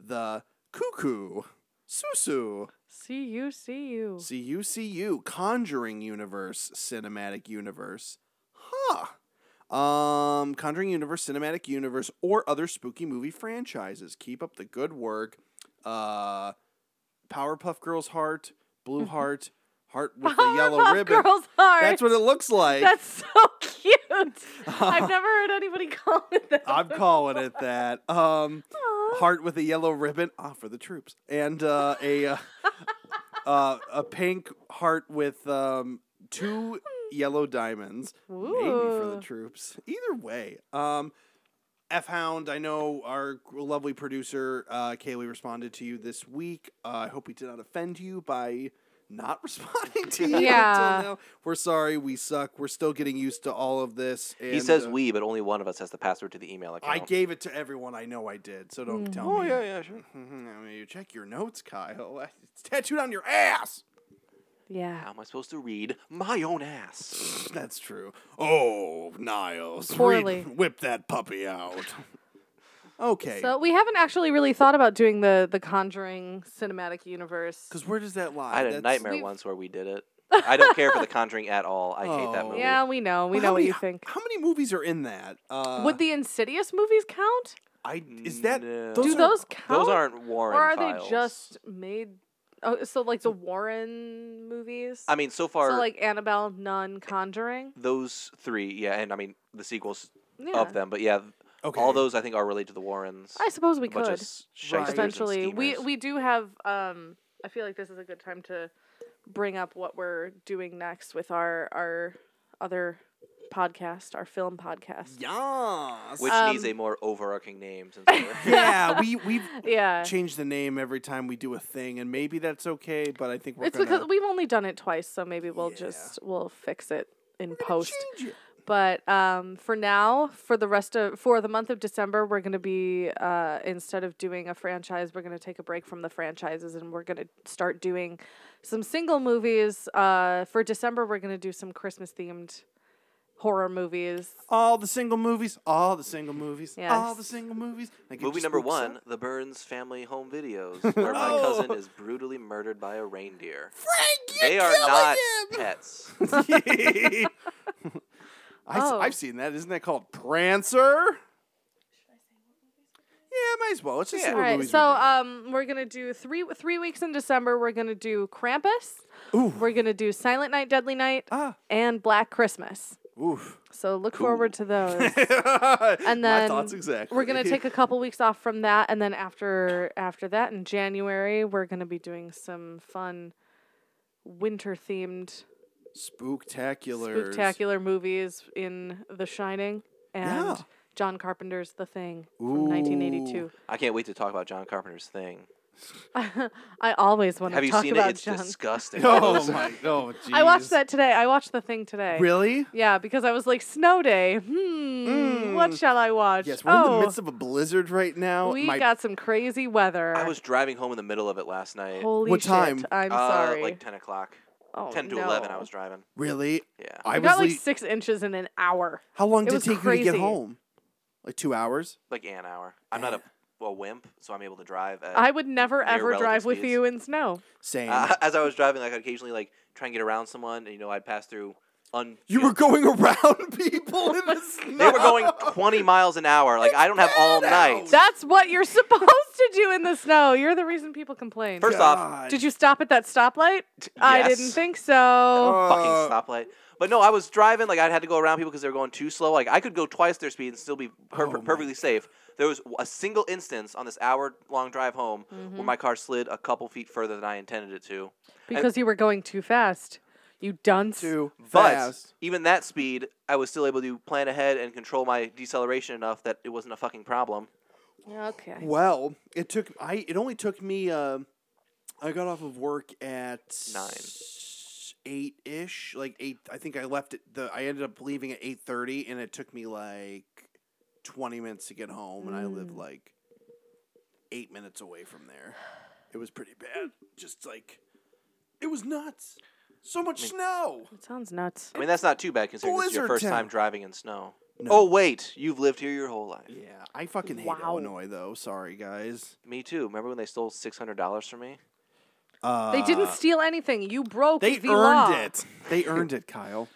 Speaker 4: the cuckoo, susu.
Speaker 3: See you, see you.
Speaker 4: See you, see you, Conjuring Universe, Cinematic Universe. Huh. Um, Conjuring Universe, Cinematic Universe, or other spooky movie franchises. Keep up the good work. Uh, Powerpuff Girls Heart, Blue Heart, Heart with the Yellow
Speaker 3: Mm-hmm. Powerpuff
Speaker 4: Ribbon.
Speaker 3: Girls heart.
Speaker 4: That's what it looks like.
Speaker 3: That's so cute. I've never heard anybody call it that.
Speaker 4: I'm calling it that. Um,
Speaker 3: Aw.
Speaker 4: heart with a yellow ribbon ah for the troops and uh, a uh, uh, a pink heart with um, two yellow diamonds maybe for the
Speaker 3: Ooh.
Speaker 4: troops either way um F Hound, I know our lovely producer uh, Kaylee responded to you this week. Uh, I hope we did not offend you by not responding to you
Speaker 3: Yeah.
Speaker 4: until now. We're sorry, we suck. We're still getting used to all of this. And,
Speaker 1: He says
Speaker 4: uh,
Speaker 1: we, but only one of us has the password to the email account.
Speaker 4: I gave it to everyone. I know I did, so
Speaker 3: Mm.
Speaker 4: don't tell
Speaker 1: Oh
Speaker 4: me.
Speaker 1: yeah, yeah, sure.
Speaker 4: I mean, Mm-hmm. you check your notes, Kyle. It's tattooed on your ass.
Speaker 1: How
Speaker 3: Yeah.
Speaker 1: am I supposed to read my own ass?
Speaker 4: That's true.
Speaker 2: Oh, Niles.
Speaker 3: Poorly.
Speaker 2: Read, whip that puppy out.
Speaker 4: Okay.
Speaker 3: So we haven't actually really thought about doing the the Conjuring cinematic universe.
Speaker 4: Because where does that lie?
Speaker 1: I had a
Speaker 4: That's-
Speaker 1: nightmare
Speaker 3: We've-
Speaker 1: once where we did it. I don't care for The Conjuring at all. I hate that
Speaker 4: Oh.
Speaker 1: movie.
Speaker 3: Yeah, we know. We
Speaker 4: Well,
Speaker 3: know
Speaker 4: how
Speaker 3: what
Speaker 4: many-
Speaker 3: you think.
Speaker 4: How many movies are in that? Uh,
Speaker 3: Would the Insidious movies count?
Speaker 4: I is that
Speaker 1: No.
Speaker 4: those
Speaker 3: Do
Speaker 4: are-
Speaker 3: those count?
Speaker 1: Those aren't Warren
Speaker 3: or are
Speaker 1: files.
Speaker 3: they just made? Oh, so like the Warren movies.
Speaker 1: I mean, so far
Speaker 3: so like Annabelle, Nun, Conjuring.
Speaker 1: those three, yeah, and I mean the sequels
Speaker 3: Yeah.
Speaker 1: of them, but yeah,
Speaker 4: okay?
Speaker 1: all those I think are related to the Warrens.
Speaker 3: I suppose we
Speaker 1: a bunch
Speaker 3: could.
Speaker 1: of s- shysters and
Speaker 3: Eventually, we
Speaker 1: schemers.
Speaker 3: we do have. Um, I feel like this is a good time to bring up what we're doing next with our our other podcast, our film podcast.
Speaker 4: Yes.
Speaker 1: which
Speaker 3: um,
Speaker 1: needs a more overarching name since we're
Speaker 4: yeah, we we've
Speaker 3: Yeah,
Speaker 4: changed the name every time we do a thing, and maybe that's okay. But I think we're
Speaker 3: it's
Speaker 4: gonna
Speaker 3: because we've only done it twice, so maybe we'll
Speaker 4: Yeah.
Speaker 3: just we'll fix it in post.
Speaker 4: change it.
Speaker 3: But um, for now, for the rest of for the month of December, we're going to be uh, instead of doing a franchise, we're going to take a break from the franchises, and we're going to start doing some single movies. Uh, for December, we're going to do some Christmas themed horror movies.
Speaker 4: All the single movies. All the single movies. All
Speaker 3: Yes.
Speaker 4: the single movies. Like, it
Speaker 1: Movie
Speaker 4: just
Speaker 1: number
Speaker 4: looks up.
Speaker 1: one, The Burns Family Home Videos, where my
Speaker 4: Oh.
Speaker 1: cousin is brutally murdered by a reindeer. Frank, they are not pets.
Speaker 4: I,
Speaker 3: Oh.
Speaker 4: have seen that. Isn't that called Prancer? Yeah, might as well. Let's just see
Speaker 1: Yeah.
Speaker 4: what
Speaker 3: All right,
Speaker 4: movies
Speaker 3: so
Speaker 4: we're
Speaker 3: um, we're gonna do three three weeks in December. We're gonna do Krampus.
Speaker 4: doing. ooh,
Speaker 3: We're gonna do Silent Night, Deadly Night,
Speaker 4: ah,
Speaker 3: and Black Christmas.
Speaker 4: oof.
Speaker 3: So look forward to those.
Speaker 4: and
Speaker 3: then
Speaker 4: my thoughts exactly.
Speaker 3: We're gonna take a couple weeks off from that, and then after after that in January, we're gonna be doing some fun winter themed
Speaker 4: spooktacular.
Speaker 3: spectacular movies in The Shining and
Speaker 4: Yeah.
Speaker 3: John Carpenter's The Thing from 1982.
Speaker 1: I can't wait to talk about John Carpenter's thing.
Speaker 3: I always want
Speaker 1: Have
Speaker 3: to
Speaker 1: you
Speaker 3: talk
Speaker 1: seen it?
Speaker 3: about
Speaker 1: It's
Speaker 3: John.
Speaker 1: disgusting.
Speaker 4: Oh my! Oh, jeez.
Speaker 3: I watched that today. I watched The Thing today.
Speaker 4: Really?
Speaker 3: Yeah, because I was like, snow day. Hmm. What shall I watch?
Speaker 4: Mm. Yes, we're
Speaker 3: oh,
Speaker 4: in the midst of a blizzard right now.
Speaker 3: we
Speaker 4: my,
Speaker 3: got some crazy weather.
Speaker 1: I was driving home in the middle of it last night.
Speaker 3: Holy
Speaker 4: What
Speaker 3: shit.
Speaker 4: time?
Speaker 3: I'm
Speaker 1: uh,
Speaker 3: sorry.
Speaker 1: Like 10 o'clock.
Speaker 3: oh,
Speaker 1: 10 to
Speaker 3: no. Uh,
Speaker 1: 11, I was driving.
Speaker 4: really.
Speaker 1: Yeah.
Speaker 4: I
Speaker 3: I
Speaker 4: was.
Speaker 3: got like
Speaker 4: lea-
Speaker 3: six inches in an hour.
Speaker 4: how long
Speaker 3: it
Speaker 4: did it
Speaker 3: was
Speaker 4: take you to
Speaker 3: crazy.
Speaker 4: get home? Like two hours.
Speaker 1: Like an hour. I'm not a, a wimp, so I'm able to drive. At,
Speaker 3: I would never
Speaker 1: Uh, near
Speaker 3: ever
Speaker 1: relative
Speaker 3: drive with
Speaker 1: speeds.
Speaker 3: you in snow.
Speaker 4: Same.
Speaker 1: Uh, as I was driving, like, I'd occasionally like try and get around someone, and you know, I'd pass through. Un-
Speaker 4: you were going around people in the snow.
Speaker 1: They were going 20 miles an hour. Like, I don't have all
Speaker 4: bad
Speaker 1: night.
Speaker 4: out.
Speaker 3: That's what you're supposed to do in the snow. You're the reason people complain.
Speaker 1: First off,
Speaker 3: Did you stop at that stoplight? I
Speaker 1: Yes.
Speaker 3: didn't think
Speaker 4: Oh,
Speaker 3: so.
Speaker 4: Uh,
Speaker 1: fucking stoplight. But no, I was driving. Like I had to go around people because they were going too slow. Like I could go twice their speed and still be per-
Speaker 4: Oh my
Speaker 1: perfectly safe. There was a single instance on this hour-long drive home
Speaker 3: Mm-hmm.
Speaker 1: where my car slid a couple feet further than I intended it to.
Speaker 3: because you were going too fast. You dunce.
Speaker 4: Too
Speaker 1: But
Speaker 4: fast.
Speaker 1: even that speed, I was still able to plan ahead and control my deceleration enough that it wasn't a fucking problem.
Speaker 3: Okay.
Speaker 4: Well, it took I. It only took me. Uh, I got off of work at
Speaker 1: Nine.
Speaker 4: eight ish, like eight. I think I left it. The I ended up leaving at eight thirty, and it took me like twenty minutes to get home, and I
Speaker 1: Mm.
Speaker 4: lived like eight minutes away from there. It was pretty bad. Just like it was nuts. So much snow.
Speaker 3: It sounds nuts.
Speaker 1: I mean, that's not too bad considering this is your
Speaker 4: Blizzard
Speaker 1: first
Speaker 4: town.
Speaker 1: time driving in snow.
Speaker 4: No.
Speaker 1: Oh wait, you've lived here your whole life.
Speaker 4: Yeah, I fucking hate
Speaker 3: Wow.
Speaker 4: Illinois though. Sorry guys.
Speaker 1: Me too. Remember when they stole six hundred dollars from me?
Speaker 4: Uh,
Speaker 3: They didn't steal anything. You broke
Speaker 4: They
Speaker 3: the
Speaker 4: earned
Speaker 3: law.
Speaker 4: it. They earned it, Kyle.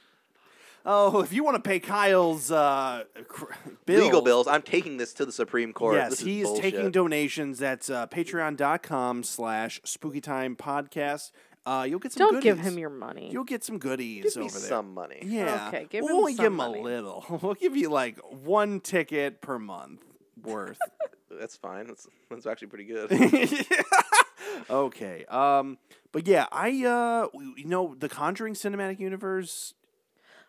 Speaker 4: Oh, if you want to pay Kyle's uh, cr- bills,
Speaker 1: Legal bills. I'm taking this to the Supreme Court.
Speaker 4: Yes,
Speaker 1: this is
Speaker 4: he is
Speaker 1: bullshit.
Speaker 4: taking donations. That's uh, patreon.com slash spooky time podcast. Uh, you'll get some
Speaker 3: Don't
Speaker 4: goodies.
Speaker 3: give him your money.
Speaker 4: You'll get some goodies
Speaker 1: Give
Speaker 4: over
Speaker 1: me
Speaker 4: there.
Speaker 1: some money.
Speaker 4: Yeah.
Speaker 3: Okay, give
Speaker 4: we'll
Speaker 3: him
Speaker 4: only give
Speaker 3: some
Speaker 4: him
Speaker 3: money.
Speaker 4: a little. We'll give you like one ticket per month worth.
Speaker 1: That's fine. That's, that's actually pretty good.
Speaker 4: okay. Um but yeah, I uh w- you know the Conjuring cinematic universe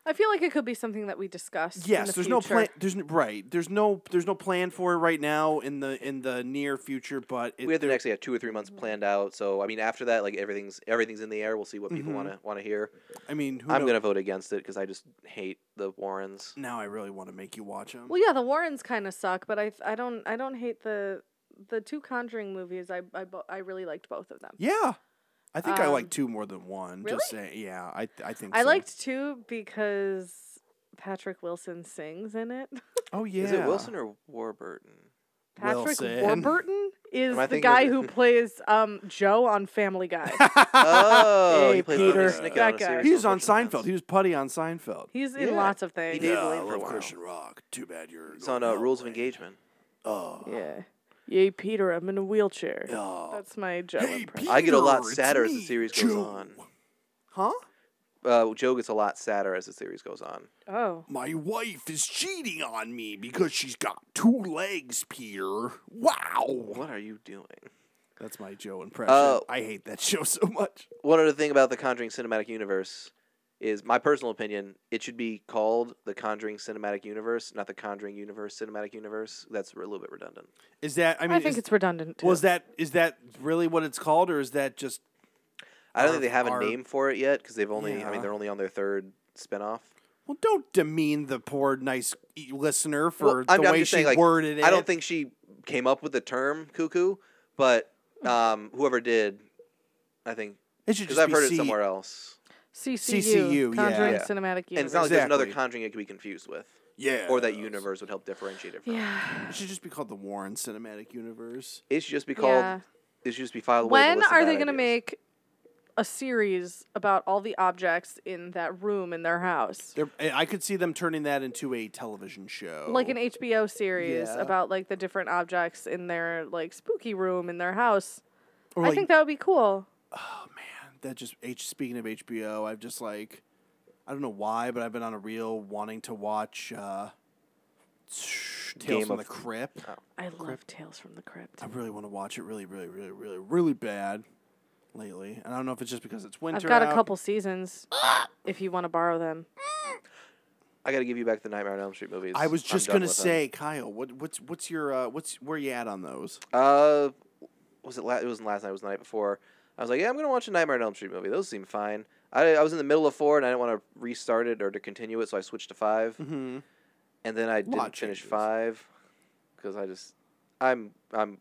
Speaker 3: I feel like it could be something that we discuss. in
Speaker 4: Yes,
Speaker 3: the
Speaker 4: there's
Speaker 3: future.
Speaker 4: no plan. There's n- right. There's no. There's no plan for it right now in the in the near future. But it,
Speaker 1: we have the
Speaker 4: there-
Speaker 1: next yeah, two or three months planned out. So I mean, after that, like everything's everything's in the air. We'll see what people
Speaker 4: Mhm.
Speaker 1: want to want to hear.
Speaker 4: I mean, who
Speaker 1: I'm
Speaker 4: knows?
Speaker 1: gonna vote against it because I just hate the Warrens.
Speaker 4: Now I really want to make you watch them.
Speaker 3: Well, yeah, the Warrens kind of suck, but I I don't I don't hate the the two Conjuring movies. I I, bo- I really liked both of them.
Speaker 4: yeah, I think I like
Speaker 3: Um,
Speaker 4: two more than one. Just saying. Yeah, I th- I think
Speaker 3: I
Speaker 4: so.
Speaker 3: liked two because Patrick Wilson sings in it.
Speaker 4: Oh yeah.
Speaker 1: Is it Wilson or Warburton?
Speaker 3: Patrick
Speaker 4: Wilson.
Speaker 3: Warburton is
Speaker 1: Am I
Speaker 3: the
Speaker 1: thinking of
Speaker 3: guy
Speaker 1: the-
Speaker 3: who plays um Joe on Family Guy.
Speaker 1: Oh,
Speaker 3: Hey,
Speaker 1: he played
Speaker 3: Peter.
Speaker 1: Lemony Snicket
Speaker 3: That
Speaker 1: on a
Speaker 3: guy.
Speaker 1: series
Speaker 4: He was on
Speaker 1: Unfortunate
Speaker 4: Seinfeld.
Speaker 1: Events.
Speaker 4: He was Putty on Seinfeld.
Speaker 3: He's in
Speaker 1: Yeah.
Speaker 3: lots of things.
Speaker 1: did Elaine for a while.
Speaker 2: Rock. Too bad you're.
Speaker 1: It's on uh, Rules of Engagement.
Speaker 2: Oh.
Speaker 3: Yeah. Yay, Peter! I'm in a wheelchair.
Speaker 2: Oh.
Speaker 3: That's my Joe. impression.
Speaker 1: I get a lot
Speaker 2: Peter, it's
Speaker 1: sadder as the
Speaker 2: me,
Speaker 1: series goes
Speaker 2: Joe.
Speaker 1: on.
Speaker 4: Huh?
Speaker 1: Uh, Joe gets a lot sadder as the series goes on.
Speaker 3: Oh,
Speaker 2: My wife is cheating on me because she's got two legs, Peter. Wow.
Speaker 1: What are you doing?
Speaker 4: That's my Joe impression.
Speaker 1: Oh.
Speaker 4: I hate that show so much.
Speaker 1: One other thing about the Conjuring Cinematic Universe is my personal opinion. It should be called the Conjuring Cinematic Universe, not the Conjuring Universe Cinematic Universe. That's a little bit redundant.
Speaker 4: Is that? I
Speaker 3: I,
Speaker 4: mean,
Speaker 3: think
Speaker 4: is-
Speaker 3: it's redundant. Too.
Speaker 4: was that is that really what it's called, or is that just
Speaker 1: I don't
Speaker 4: Our-
Speaker 1: think they have a
Speaker 4: our-
Speaker 1: name for it yet because they've only. I
Speaker 4: Yeah.
Speaker 1: mean, they're only on their third spinoff.
Speaker 4: Well, don't demean the poor nice e- listener
Speaker 1: Well,
Speaker 4: for
Speaker 1: I'm-
Speaker 4: the
Speaker 1: I'm
Speaker 4: way
Speaker 1: just
Speaker 4: she
Speaker 1: saying, like,
Speaker 4: worded it.
Speaker 1: I don't think she came up with the term cuckoo, but um, whoever did, I think
Speaker 4: it should
Speaker 1: because
Speaker 4: just
Speaker 1: I've
Speaker 4: be
Speaker 1: heard it
Speaker 4: C-
Speaker 1: somewhere else.
Speaker 3: CCU?
Speaker 4: CCU, yeah.
Speaker 3: Conjuring
Speaker 1: Yeah.
Speaker 3: Cinematic
Speaker 1: And it's
Speaker 3: Universe.
Speaker 1: not like there's another
Speaker 4: Exactly.
Speaker 1: Conjuring it could be confused with,
Speaker 2: Yeah.
Speaker 1: or that universe would help differentiate it from.
Speaker 3: yeah.
Speaker 4: It should just be called the Warren Cinematic Universe.
Speaker 1: It should just be called.
Speaker 3: Yeah.
Speaker 1: It should just be filed away.
Speaker 3: When are they
Speaker 1: going
Speaker 3: gonna
Speaker 1: to
Speaker 3: make a series about all the objects in that room in their house?
Speaker 4: There, I I could see them turning that into a television show,
Speaker 3: Like an HBO series
Speaker 4: Yeah.
Speaker 3: about like the different objects in their like spooky room in their house.
Speaker 4: Or
Speaker 3: I
Speaker 4: like-
Speaker 3: think that would be cool.
Speaker 4: that. Just H. Speaking of HBO, I've just like, I don't know why, but I've been on a reel wanting to watch uh, Tales
Speaker 1: Game of-
Speaker 4: from
Speaker 1: oh.
Speaker 4: the Crypt.
Speaker 3: I love Tales from the Crypt.
Speaker 4: I really want to watch it, really, really, really, really, really bad lately. And I don't know if it's just because it's winter.
Speaker 3: I've got a
Speaker 4: out. Ah!
Speaker 3: couple seasons if you want to borrow them.
Speaker 1: I got to give you back the Nightmare on Elm Street movies.
Speaker 4: I was
Speaker 1: I'm
Speaker 4: just
Speaker 1: done
Speaker 4: gonna
Speaker 1: with 'em.
Speaker 4: say, Kyle, what, what's what's your uh, what's where you at on those?
Speaker 1: Uh, was it? La- it wasn't last night. It was the night before. I was like, yeah, I'm gonna watch a Nightmare on Elm Street movie. Those seem fine. I, I was in the middle of four and I didn't want to restart it or to continue it, so I switched to 5
Speaker 4: Mhm.
Speaker 1: And then I didn't
Speaker 4: Lot
Speaker 1: finish
Speaker 4: changes.
Speaker 1: five because I just I'm I'm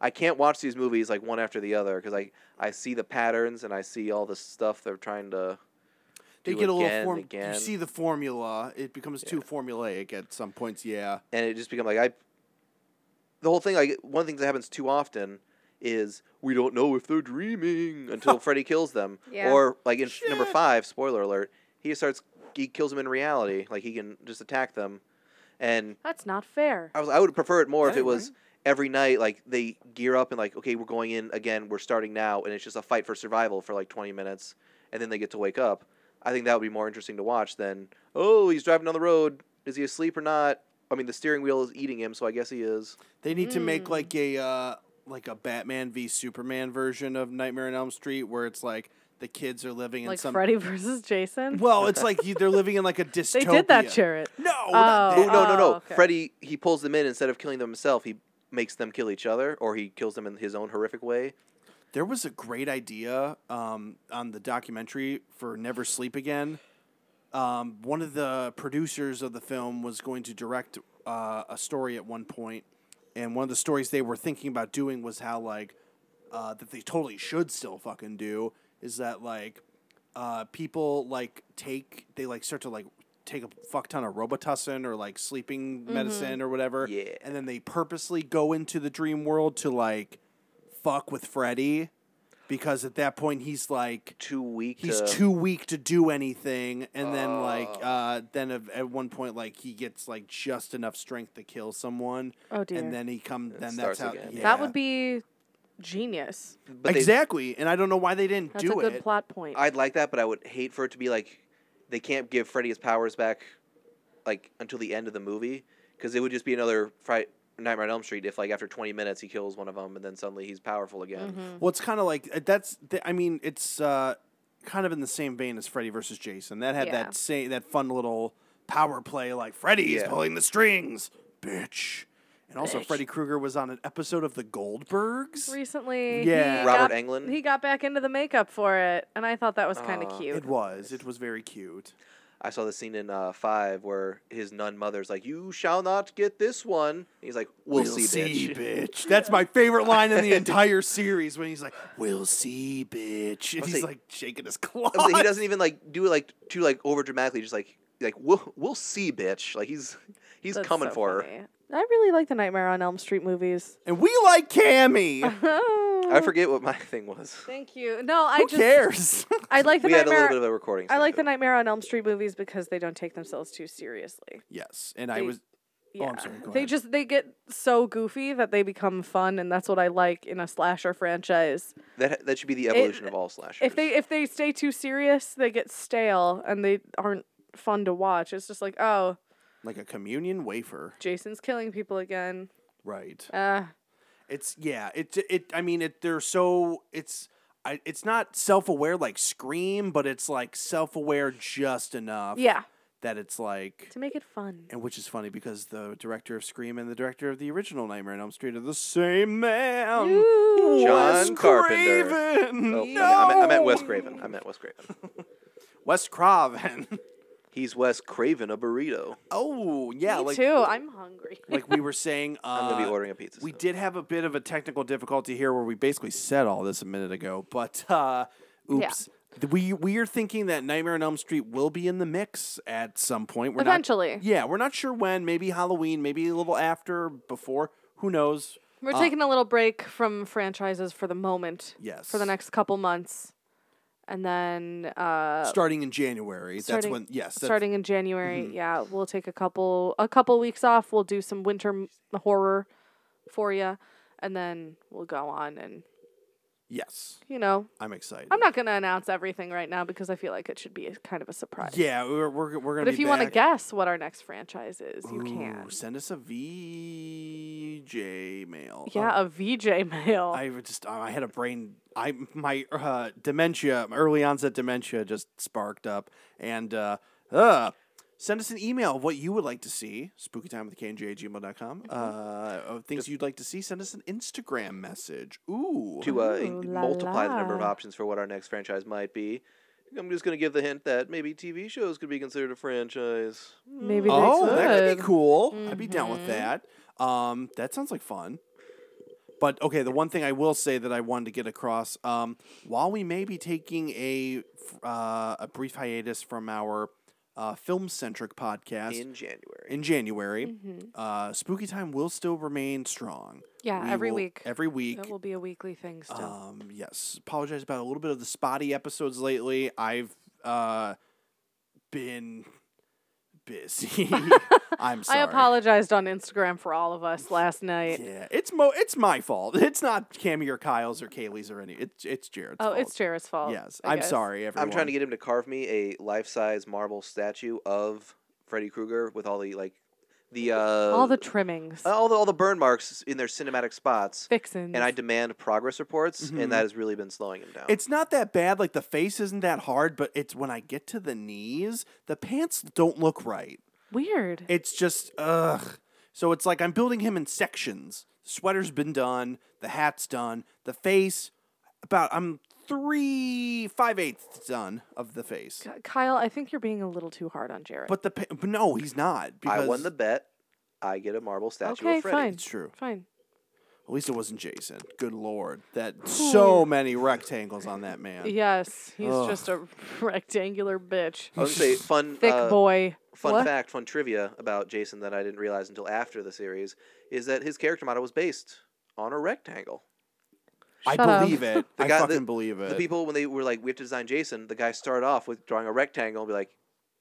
Speaker 1: I can't watch these movies like one after the other because I I see the patterns and I see all the stuff they're trying to.
Speaker 4: They
Speaker 1: do
Speaker 4: get a little
Speaker 1: again,
Speaker 4: form.
Speaker 1: again.
Speaker 4: You see the formula; it becomes too formulaic at some points. Yeah,
Speaker 1: and it just become like I. The whole thing, like one of the things that happens too often, is we don't know if they're dreaming until Freddy kills them,
Speaker 3: Yeah.
Speaker 1: or like in number five, spoiler alert, he starts he kills them in reality, like he can just attack them, and
Speaker 3: That's not fair.
Speaker 1: I was I would prefer it more if
Speaker 4: Right,
Speaker 1: it was every night like they gear up and like okay we're going in again we're starting now and it's just a fight for survival for like 20 minutes and then they get to wake up. I think that would be more interesting to watch than oh he's driving down the road is he asleep or not? I mean the steering wheel is eating him so I guess he is.
Speaker 4: they need to
Speaker 3: Mm.
Speaker 4: make like a uh, like a Batman v Superman version of Nightmare on Elm Street, where it's like the kids are living in
Speaker 3: Like
Speaker 4: some.
Speaker 3: Freddy versus Jason.
Speaker 4: Well, it's like you, they're living in like a dystopia.
Speaker 3: they did that, Jarrett.
Speaker 4: No, not
Speaker 1: Oh
Speaker 4: that.
Speaker 1: no no no!
Speaker 3: okay.
Speaker 1: Freddy he pulls them in instead of killing them himself he makes them kill each other or he kills them in his own horrific way.
Speaker 4: There was a great idea um, on the documentary for Never Sleep Again. Um, one of the producers of the film was going to direct uh, a story at one point, and one of the stories they were thinking about doing was how like uh, that they totally should still fucking do is that like uh, people like take they like start to like take a fuck ton of Robitussin or like sleeping medicine or whatever.
Speaker 1: Yeah.
Speaker 4: And then they purposely go into the dream world to like fuck with Freddy because at that point he's like
Speaker 1: Too weak.
Speaker 4: he's
Speaker 1: to- Oh.
Speaker 4: too weak to do anything and then like uh then of- at one point like he gets like just enough strength to kill someone
Speaker 3: Oh, dear.
Speaker 4: and then he come then
Speaker 1: starts
Speaker 4: that's how
Speaker 1: again.
Speaker 4: yeah.
Speaker 3: That would be genius.
Speaker 1: but they-
Speaker 4: exactly and i don't know why they didn't
Speaker 3: That's
Speaker 4: do
Speaker 3: a good
Speaker 4: it
Speaker 3: plot point.
Speaker 1: I'd like that, but I would hate for it to be like they can't give Freddy his powers back, like until the end of the movie, because it would just be another Fright Nightmare on Elm Street if like after 20 minutes he kills one of them and then suddenly he's powerful again.
Speaker 3: Mm-hmm.
Speaker 4: well it's kind of like uh, that's th- i mean it's uh kind of in the same vein as freddy versus jason that had
Speaker 3: Yeah.
Speaker 4: that same that fun little power play like freddy is
Speaker 1: Yeah.
Speaker 4: pulling the strings bitch and also freddy krueger was on an episode of the goldbergs
Speaker 3: Recently,
Speaker 4: Yeah.
Speaker 3: he
Speaker 1: Robert
Speaker 3: got,
Speaker 1: Englund?
Speaker 3: He got back into the makeup for it, and I thought that was kind of
Speaker 1: Aw.
Speaker 3: cute.
Speaker 4: it was it was very cute
Speaker 1: I saw the scene in uh, five where his nun mother's like, "You shall not get this one." And he's like, "We'll, see, bitch."
Speaker 4: That's my favorite line in the entire series when he's like, "We'll see, bitch," and
Speaker 1: I'll
Speaker 4: he's
Speaker 1: say-
Speaker 4: like shaking his claw.
Speaker 1: I was like, he doesn't even like do it like too like over dramatically, just like like we'll we'll see, bitch. Like he's he's
Speaker 3: That's
Speaker 1: coming
Speaker 3: so
Speaker 1: for her.
Speaker 3: funny. I really like the Nightmare on Elm Street movies.
Speaker 4: And we like Cammy.
Speaker 1: I forget what my thing was.
Speaker 3: Thank you. No, I
Speaker 4: Who
Speaker 3: just
Speaker 4: cares?
Speaker 3: I like the
Speaker 1: we had a
Speaker 3: Nightmare.
Speaker 1: little bit of a recording.
Speaker 3: I like the
Speaker 1: session.
Speaker 3: Nightmare on Elm Street movies because they don't take themselves too seriously.
Speaker 4: yes, and I
Speaker 3: They-
Speaker 4: was.
Speaker 3: Yeah.
Speaker 4: Oh, I'm sorry, go
Speaker 3: they
Speaker 4: ahead.
Speaker 3: just they get so goofy that they become fun, and that's what I like in a slasher franchise.
Speaker 1: that that should be the evolution of all slashers.
Speaker 3: If they if they stay too serious, they get stale and they aren't fun to watch. It's just like, oh,
Speaker 4: Like a communion wafer,
Speaker 3: Jason's killing people again.
Speaker 4: right?
Speaker 3: Uh,
Speaker 4: It's yeah. It it. I mean, it. They're so. It's. I, it's not self-aware like Scream, but it's like self-aware just enough
Speaker 3: yeah,
Speaker 4: that it's like
Speaker 3: to make it fun.
Speaker 4: And which is funny because the director of Scream and the director of the original Nightmare on Elm Street are the same man.
Speaker 3: Ooh.
Speaker 4: Wes
Speaker 1: John Carpenter.
Speaker 4: Craven.
Speaker 1: Oh, I, mean,
Speaker 4: no.
Speaker 1: I, meant, I meant Wes Craven. I meant Wes Craven.
Speaker 4: Wes Craven.
Speaker 1: He's Wes Craven, a burrito.
Speaker 4: oh, yeah.
Speaker 3: Me
Speaker 4: like,
Speaker 3: too. I'm hungry.
Speaker 4: like we were saying, uh,
Speaker 1: I'm gonna be ordering a pizza.
Speaker 4: we
Speaker 1: soon.
Speaker 4: did have a bit of a technical difficulty here where we basically said all this a minute ago, but uh, oops. Th- We we are thinking that Nightmare on Elm Street will be in the mix at some point. We're not
Speaker 3: Eventually,
Speaker 4: Yeah, we're not sure when. Maybe Halloween, maybe a little after, before. Who knows?
Speaker 3: we're
Speaker 4: Uh,
Speaker 3: taking a little break from franchises for the moment.
Speaker 4: Yes.
Speaker 3: For the next couple months, and then uh,
Speaker 4: starting in January.
Speaker 3: starting-
Speaker 4: that's when. Yes. That's, Mm-hmm.
Speaker 3: starting in January. Yeah, we'll take a couple a couple weeks off. We'll do some winter m- horror for you, and then we'll go on and
Speaker 4: Yes,
Speaker 3: you know
Speaker 4: I'm excited.
Speaker 3: I'm not gonna announce everything right now because I feel like it should be a, kind of a surprise.
Speaker 4: Yeah, we're we're, we're gonna.
Speaker 3: But if
Speaker 4: be
Speaker 3: you want to
Speaker 4: back.
Speaker 3: guess what our next franchise is, you can.
Speaker 4: Ooh, send us a VJ mail.
Speaker 3: Yeah, a VJ mail.
Speaker 4: Oh, Um, I would just I had a brain. I my uh, dementia, my early onset dementia, just sparked up and. uh, uh Send us an email of what you would like to see, spookytime with kj at gmail.com. Uh, of things you'd like to see, send us an Instagram message. Ooh.
Speaker 1: to uh,
Speaker 3: Ooh, la
Speaker 1: multiply the number of
Speaker 3: la.
Speaker 1: options for what our next franchise might be. I'm just gonna give the hint that maybe TV shows could be considered a franchise.
Speaker 3: Maybe
Speaker 4: Oh,
Speaker 3: they could.
Speaker 4: that could be cool. I'd be down with
Speaker 3: Mm-hmm.
Speaker 4: that. Um, that sounds like fun. But okay, the one thing I will say that I wanted to get across, um, while we may be taking a f- uh, a brief hiatus from our uh, film centric podcast in,
Speaker 1: In January.
Speaker 4: January,
Speaker 3: Mm.
Speaker 4: uh, Spooky Time will still remain strong.
Speaker 3: Mm-hmm. Yeah,
Speaker 4: We
Speaker 3: every
Speaker 4: will-
Speaker 3: week.
Speaker 4: Every week.
Speaker 3: That will be a weekly thing still.
Speaker 4: Um, yes. Apologize about a little bit of the spotty episodes lately. I've uh, been busy. I'm sorry.
Speaker 3: I apologized on Instagram for all of us last night.
Speaker 4: Yeah, it's mo. It's my fault. It's not Cammy or Kyle's or Kaylee's or any. It's it's Jared's.
Speaker 3: oh,
Speaker 4: fault.
Speaker 3: it's Jared's fault.
Speaker 4: Yes,
Speaker 3: I
Speaker 4: I'm
Speaker 3: guess.
Speaker 4: sorry, everyone.
Speaker 1: I'm trying to get him to carve me a life-size marble statue of Freddy Krueger with all the like the uh,
Speaker 3: all the trimmings,
Speaker 4: oh,
Speaker 1: all the all the burn marks in their cinematic spots.
Speaker 3: fixins.
Speaker 1: And I demand progress reports,
Speaker 4: Mm-hmm.
Speaker 1: and that has really been slowing him down.
Speaker 4: It's not that bad. Like the face isn't that hard, but it's when I get to the knees, the pants don't look right.
Speaker 3: Weird.
Speaker 4: It's just ugh. So it's like I'm building him in sections. Sweater's been done. The hat's done. The face, about I'm three five eighths done of the face.
Speaker 3: K- Kyle, I think you're being a little too hard on Jared.
Speaker 4: But the pa- but no, he's not. Because
Speaker 1: I won the bet. I get a marble statue
Speaker 3: Okay,
Speaker 1: of Freddy.
Speaker 3: fine.
Speaker 4: It's true.
Speaker 3: Fine.
Speaker 4: At least it wasn't Jason. Good lord, that so many rectangles on that man.
Speaker 3: Yes, he's just a rectangular bitch.
Speaker 1: I
Speaker 4: Uh,
Speaker 1: was gonna say fun
Speaker 3: Thick
Speaker 1: uh,
Speaker 3: boy.
Speaker 1: Fun
Speaker 3: What?
Speaker 1: fact, fun trivia about Jason that I didn't realize until after the series is that his character model was based on a rectangle.
Speaker 4: I
Speaker 3: Shut up.
Speaker 4: believe it.
Speaker 1: The
Speaker 4: I
Speaker 1: guy- the-
Speaker 4: fucking believe it.
Speaker 1: The people when they were like, "We have to design Jason," the guy started off with drawing a rectangle and be like,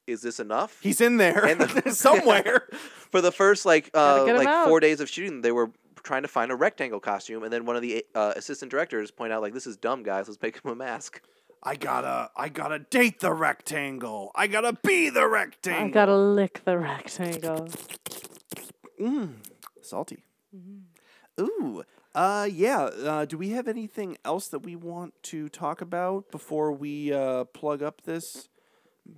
Speaker 1: "Is this enough?"
Speaker 4: He's in there
Speaker 1: And the-
Speaker 4: somewhere.
Speaker 1: For the first like uh,
Speaker 3: Gotta get him
Speaker 1: like
Speaker 3: out.
Speaker 1: four days of shooting, they were trying to find a rectangle costume, and then one of the uh, assistant directors point out like, "This is dumb, guys. Let's make him a mask."
Speaker 4: I gotta, I gotta date the rectangle. I gotta be the rectangle.
Speaker 3: I gotta lick the rectangle.
Speaker 4: Mm, salty. Ooh. Uh, yeah. Uh, do we have anything else that we want to talk about before we uh, plug up this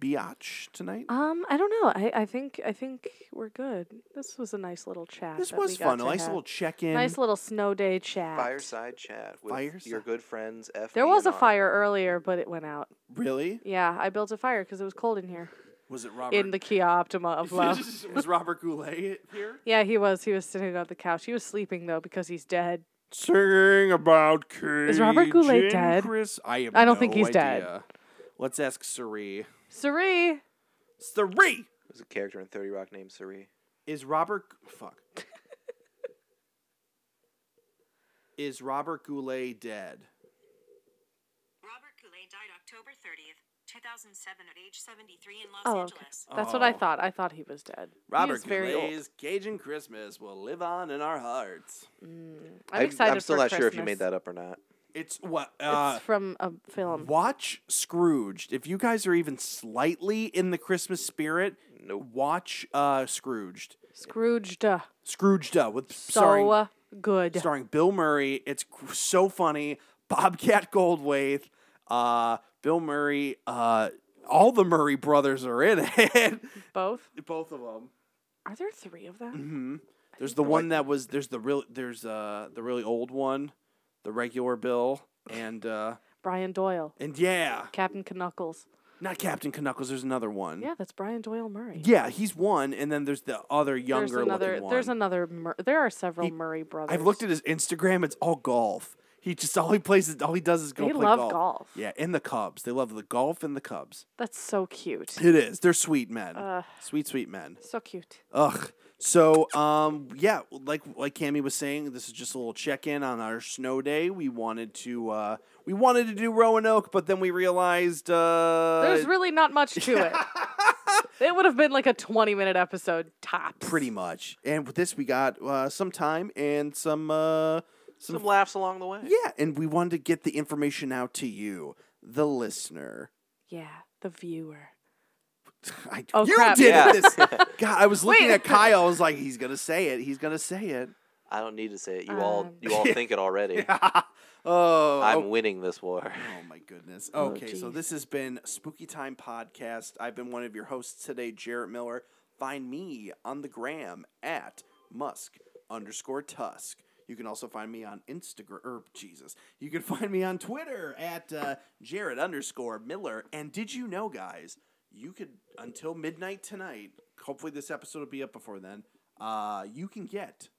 Speaker 4: biatch tonight?
Speaker 3: Um, I don't know. I, I think I think we're good. This was a nice little chat.
Speaker 4: this
Speaker 3: that we
Speaker 4: was
Speaker 3: got
Speaker 4: fun. A
Speaker 3: to
Speaker 4: nice
Speaker 3: have.
Speaker 4: little check in.
Speaker 3: nice little snow day chat.
Speaker 1: Fireside chat with your
Speaker 4: Fireside-
Speaker 1: good friends. F.
Speaker 3: There
Speaker 1: B,
Speaker 3: was a
Speaker 1: and R.
Speaker 3: fire earlier, but it went out.
Speaker 4: really?
Speaker 3: Yeah, I built a fire because it was cold in here.
Speaker 4: Was it Robert?
Speaker 3: In the Kia Optima of love.
Speaker 4: was Robert Goulet here?
Speaker 3: yeah, he was. He was sitting on the couch. He was sleeping though because he's dead.
Speaker 4: Singing about Cajun
Speaker 3: Is Robert Goulet dead?
Speaker 4: Chris? I, have
Speaker 3: I don't
Speaker 4: no
Speaker 3: think he's dead.
Speaker 4: idea. Let's ask Suri.
Speaker 3: Suri,
Speaker 4: Suri!
Speaker 1: There's a character in Thirty Rock named Suri.
Speaker 4: Is Robert fuck? is Robert Goulet dead?
Speaker 6: Robert Goulet died October 30th, 2007 at age 73 in Los
Speaker 3: Oh, okay.
Speaker 6: Angeles.
Speaker 3: that's what I
Speaker 4: Oh.
Speaker 3: thought. I thought he was dead. He
Speaker 4: Robert
Speaker 3: was very old.
Speaker 4: Goulet's Cajun Christmas will live on in our hearts.
Speaker 3: I'm excited.
Speaker 1: I'm still
Speaker 3: for
Speaker 1: not sure if you
Speaker 3: Christmas.
Speaker 1: made that up or not.
Speaker 4: It's what
Speaker 3: It's uh, from a film.
Speaker 4: watch Scrooge. If you guys are even slightly in the Christmas spirit,
Speaker 1: Nope.
Speaker 4: watch uh Scrooged.
Speaker 3: Scrooged. uh,
Speaker 4: Scrooged uh, with
Speaker 3: So
Speaker 4: starring
Speaker 3: uh, good.
Speaker 4: starring Bill Murray. It's cr- so funny. Bobcat Goldthwait, uh, Bill Murray, uh, all the Murray brothers are in it.
Speaker 3: Both.
Speaker 4: Both of them.
Speaker 3: Are there three of them?
Speaker 4: There's the one that was there's the real there's uh the really old one, the regular Bill, and uh
Speaker 3: Brian Doyle,
Speaker 4: and yeah,
Speaker 3: Captain Knuckles.
Speaker 4: not Captain Knuckles. There's another one.
Speaker 3: Yeah, that's Brian Doyle Murray.
Speaker 4: Yeah, he's one, and then there's the other younger
Speaker 3: there's another.
Speaker 4: looking one.
Speaker 3: There's another. Mur- there are several
Speaker 4: He-
Speaker 3: Murray brothers.
Speaker 4: I've looked at his Instagram. It's all golf. He just all he plays is all he does is go
Speaker 3: They
Speaker 4: play
Speaker 3: love
Speaker 4: golf.
Speaker 3: golf.
Speaker 4: Yeah, and the Cubs. They love the golf and the Cubs.
Speaker 3: That's so cute.
Speaker 4: It is. They're sweet men.
Speaker 3: Ugh.
Speaker 4: sweet, sweet men.
Speaker 3: So cute.
Speaker 4: Ugh. So, um, yeah, like like Cammy was saying, this is just a little check in on our snow day. We wanted to uh, we wanted to do Roanoke, but then we realized uh,
Speaker 3: There's really not much to it. It would have been like a 20 minute episode tops.
Speaker 4: pretty much. And with this, we got uh, some time and some uh, some
Speaker 1: Some laughs along the way.
Speaker 4: Yeah, and we wanted to get the information out to you, the listener.
Speaker 3: Yeah, the viewer.
Speaker 4: I,
Speaker 3: Oh,
Speaker 4: you
Speaker 3: crap.
Speaker 4: did
Speaker 1: Yeah.
Speaker 4: it this. God, I was looking
Speaker 3: Wait.
Speaker 4: at Kyle. I was like, he's gonna say it. He's gonna say it.
Speaker 1: I don't need to say it. You all
Speaker 3: Um,
Speaker 1: you all think it already.
Speaker 4: oh,
Speaker 1: I'm
Speaker 4: oh,
Speaker 1: winning this war.
Speaker 4: oh my goodness.
Speaker 3: Oh,
Speaker 4: Okay, so
Speaker 3: geez.
Speaker 4: this has been Spooky Time Podcast. I've been one of your hosts today, Jarrett Miller. Find me on the gram at Musk underscore Tusk. You can also find me on Instagram. Or Jesus, you can find me on Twitter at uh, Jarrett underscore Miller. And did you know, guys? you could until midnight tonight. Hopefully, this episode will be up before then. Uh, you can get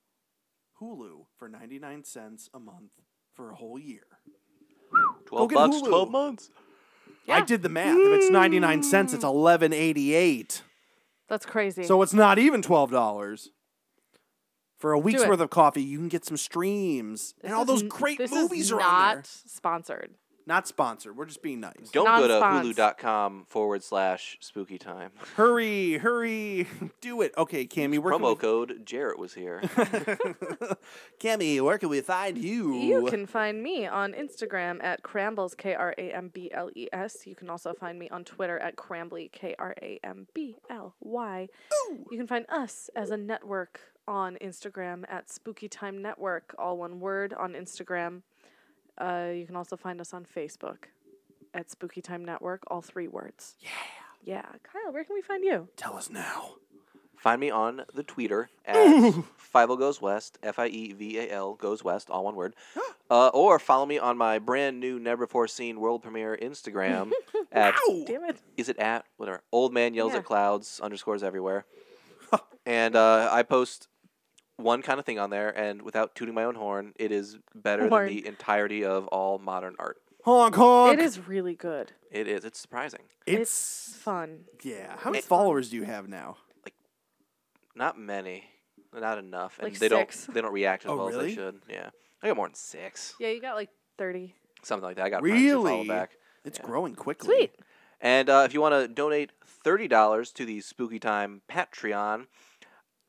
Speaker 4: Hulu for ninety nine cents a month for a whole year.
Speaker 1: Twelve
Speaker 4: get
Speaker 1: bucks,
Speaker 4: Hulu.
Speaker 1: twelve months.
Speaker 4: I did the math. If it's ninety nine cents, it's eleven eighty eight.
Speaker 3: That's crazy.
Speaker 4: So it's not even twelve dollars. For a week's
Speaker 3: it.
Speaker 4: worth of coffee, you can get some streams
Speaker 3: This
Speaker 4: and all
Speaker 3: is
Speaker 4: those
Speaker 3: n-
Speaker 4: great
Speaker 3: this
Speaker 4: movies
Speaker 3: is
Speaker 4: are
Speaker 3: not
Speaker 4: on there.
Speaker 3: sponsored.
Speaker 4: Not sponsored. We're just being nice.
Speaker 1: Don't go to
Speaker 3: Non-spons.
Speaker 1: hulu.com forward slash spooky time.
Speaker 4: Hurry, hurry, do it. Okay, Cammy, where
Speaker 1: Promo
Speaker 4: can
Speaker 1: code Jarrett was here.
Speaker 4: we... Cammy, where can we find you?
Speaker 3: You can find me on Instagram at Crambles, K R A M B L E S. You can also find me on Twitter at Crambly, K R A M B L Y. You can find us as a network on Instagram at Spooky Time Network, all one word on Instagram. Uh, you can also find us on Facebook at Spooky Time Network, all three words. Yeah. Yeah. Kyle, where can we find you?
Speaker 4: Tell us now.
Speaker 1: Find me on the Twitter at Five O Goes West, F I E V A L Goes West, all one word. Uh, or follow me on my brand new, never before seen world premiere Instagram at
Speaker 3: Damn it.
Speaker 1: is it at whatever old man yells
Speaker 3: Yeah.
Speaker 1: at clouds underscores everywhere and uh, i post one kind of thing on there and without tooting my own horn it is better
Speaker 3: Horn.
Speaker 1: than the entirety of all modern art
Speaker 4: honk honk.
Speaker 3: It is really good.
Speaker 1: It is. It's surprising.
Speaker 3: It's, fun.
Speaker 4: yeah. How many followers do you have now?
Speaker 1: Not many. Not enough. And
Speaker 3: Like
Speaker 1: they
Speaker 3: six.
Speaker 1: don't they don't react as
Speaker 4: Oh,
Speaker 1: well as
Speaker 4: really?
Speaker 1: they should. Yeah. I got more than six.
Speaker 3: Yeah, you got like 30.
Speaker 1: Something like that. I got
Speaker 4: Really?
Speaker 1: back.
Speaker 4: It's growing quickly.
Speaker 3: Sweet.
Speaker 1: And uh, if you want to donate $30 to the Spooky Time Patreon,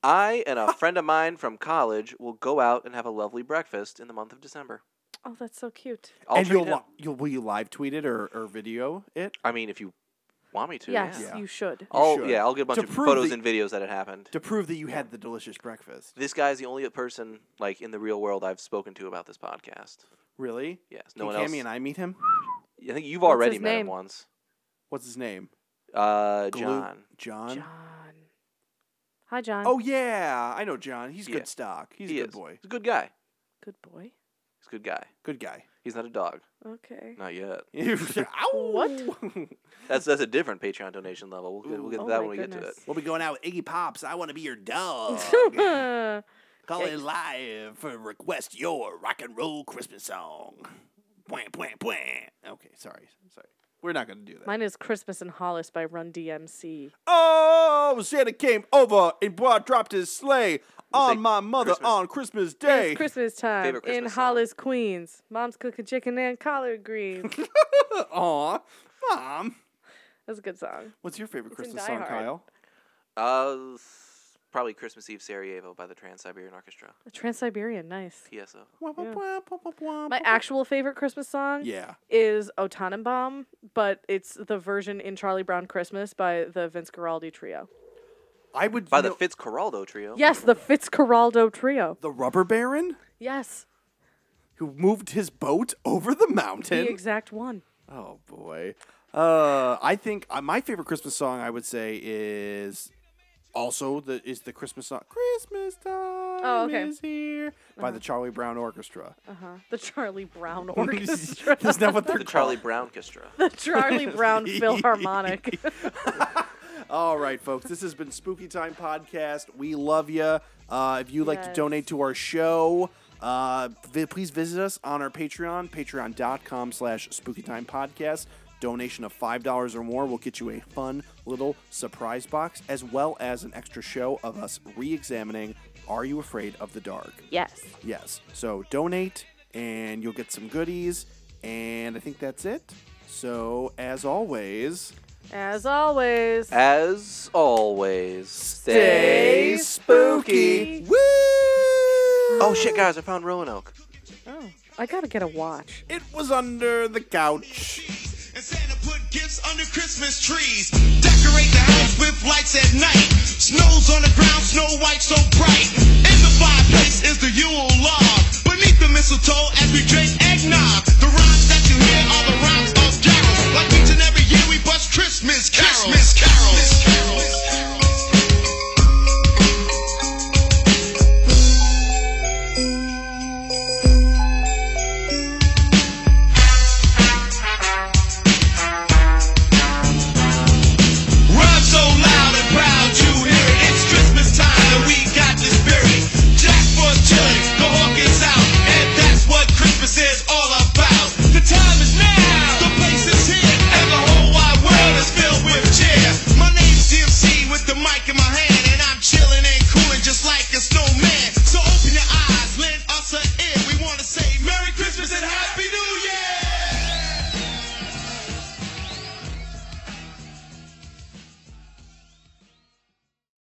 Speaker 1: I and a friend of mine from college will go out and have a lovely breakfast in the month of December.
Speaker 3: Oh, that's so cute.
Speaker 1: I'll
Speaker 4: and
Speaker 1: trade
Speaker 4: you'll,
Speaker 1: it
Speaker 4: li-
Speaker 1: up.
Speaker 4: you'll will you live tweet it or, or video it
Speaker 1: I mean, if you want me to.
Speaker 3: yes,
Speaker 1: Yeah.
Speaker 3: you should.
Speaker 1: I'll,
Speaker 4: should.
Speaker 1: yeah, I'll get a bunch
Speaker 4: To
Speaker 1: of
Speaker 4: prove
Speaker 1: photos
Speaker 4: that-
Speaker 1: and videos that it happened.
Speaker 4: to prove that you had the delicious breakfast?
Speaker 1: This guy's the only person, like, in the real world I've spoken to about this podcast.
Speaker 4: Really?
Speaker 1: Yes, no one
Speaker 4: Can
Speaker 1: else.
Speaker 4: Cammy and I meet him.
Speaker 1: I think you've
Speaker 3: What's
Speaker 1: already
Speaker 3: his
Speaker 1: met him
Speaker 3: name?
Speaker 1: once.
Speaker 4: What's his name?
Speaker 1: Uh,
Speaker 4: Glu-
Speaker 1: John.
Speaker 4: John.
Speaker 3: John. Hi, John.
Speaker 4: Oh yeah, I know John. He's
Speaker 1: Yeah.
Speaker 4: good stock. He's
Speaker 1: he
Speaker 4: a good
Speaker 1: is.
Speaker 4: boy.
Speaker 1: He's a good guy.
Speaker 3: Good boy.
Speaker 1: He's a good guy.
Speaker 4: Good guy.
Speaker 1: He's not a dog.
Speaker 3: Okay.
Speaker 1: Not yet.
Speaker 4: what?
Speaker 1: That's that's a different Patreon donation level. We'll get, we'll get to
Speaker 3: Oh
Speaker 1: that
Speaker 3: my
Speaker 1: when we get to it.
Speaker 3: goodness.
Speaker 4: We'll be going out with Iggy Pops. I want to be your dog. Call it live for request your rock and roll Christmas song. Bwah, bwah, bwah. Okay, sorry, sorry. We're not gonna do that.
Speaker 3: Mine is Christmas in Hollis by Run DMC.
Speaker 4: oh, Santa came over and brought dropped his sleigh
Speaker 1: like
Speaker 4: on my mother
Speaker 1: Christmas.
Speaker 4: on Christmas Day.
Speaker 3: It's Christmas time
Speaker 1: Favorite
Speaker 3: in
Speaker 1: Christmas song.
Speaker 3: Hollis, Queens. Mom's cooking chicken and collard greens.
Speaker 4: Aw, mom.
Speaker 3: That's a good song.
Speaker 4: What's your favorite
Speaker 3: in
Speaker 4: Christmas
Speaker 3: Die
Speaker 4: song,
Speaker 3: Hard.
Speaker 4: Kyle?
Speaker 1: Uh, s- probably Christmas Eve Sarajevo by the Trans Siberian Orchestra. E
Speaker 3: Trans Siberian, nice.
Speaker 1: TSO.
Speaker 4: Wah, wah,
Speaker 3: Yeah.
Speaker 4: wah, wah, wah, wah,
Speaker 3: My
Speaker 4: wah.
Speaker 3: actual favorite Christmas song
Speaker 4: Yeah.
Speaker 3: is O Tannenbaum, but it's the version in Charlie Brown Christmas by the Vince Guaraldi Trio.
Speaker 4: I would
Speaker 1: By
Speaker 4: you
Speaker 1: the
Speaker 4: know-
Speaker 1: Fitzcarraldo Trio.
Speaker 3: Yes, the Fitzcarraldo Trio.
Speaker 4: the rubber baron
Speaker 3: Yes,
Speaker 4: who moved his boat over the mountain.
Speaker 3: the exact one.
Speaker 4: Oh boy. Uh, I think uh, my favorite Christmas song I would say is also the is the Christmas song Christmas time
Speaker 3: Oh, okay.
Speaker 4: is here by the Charlie Brown Orchestra.
Speaker 3: Uh-huh. The Charlie Brown Orchestra.
Speaker 4: That's not what they're
Speaker 1: The Charlie Brown Orchestra.
Speaker 3: the Charlie Brown Philharmonic.
Speaker 4: All right, folks. This has been Spooky Time Podcast. We love you. Uh, if you'd like to
Speaker 3: Yes.
Speaker 4: donate to our show, uh, vi- please visit us on our Patreon, patreon.com slash spooky time podcast. Donation of $5 or more will get you a fun little surprise box, as well as an extra show of us re examining Are You Afraid of the Dark?
Speaker 3: yes.
Speaker 4: Yes. So donate and you'll get some goodies. And I think that's it. So, as always.
Speaker 3: As always.
Speaker 1: As always, stay
Speaker 3: Stay spooky.
Speaker 1: spooky.
Speaker 4: Woo!
Speaker 1: Oh shit, guys! I found Roanoke.
Speaker 3: oh, I gotta get a watch.
Speaker 4: It was under the couch.
Speaker 7: And Santa put gifts under Christmas trees. Decorate the house with lights at night. Snow's on the ground, snow white so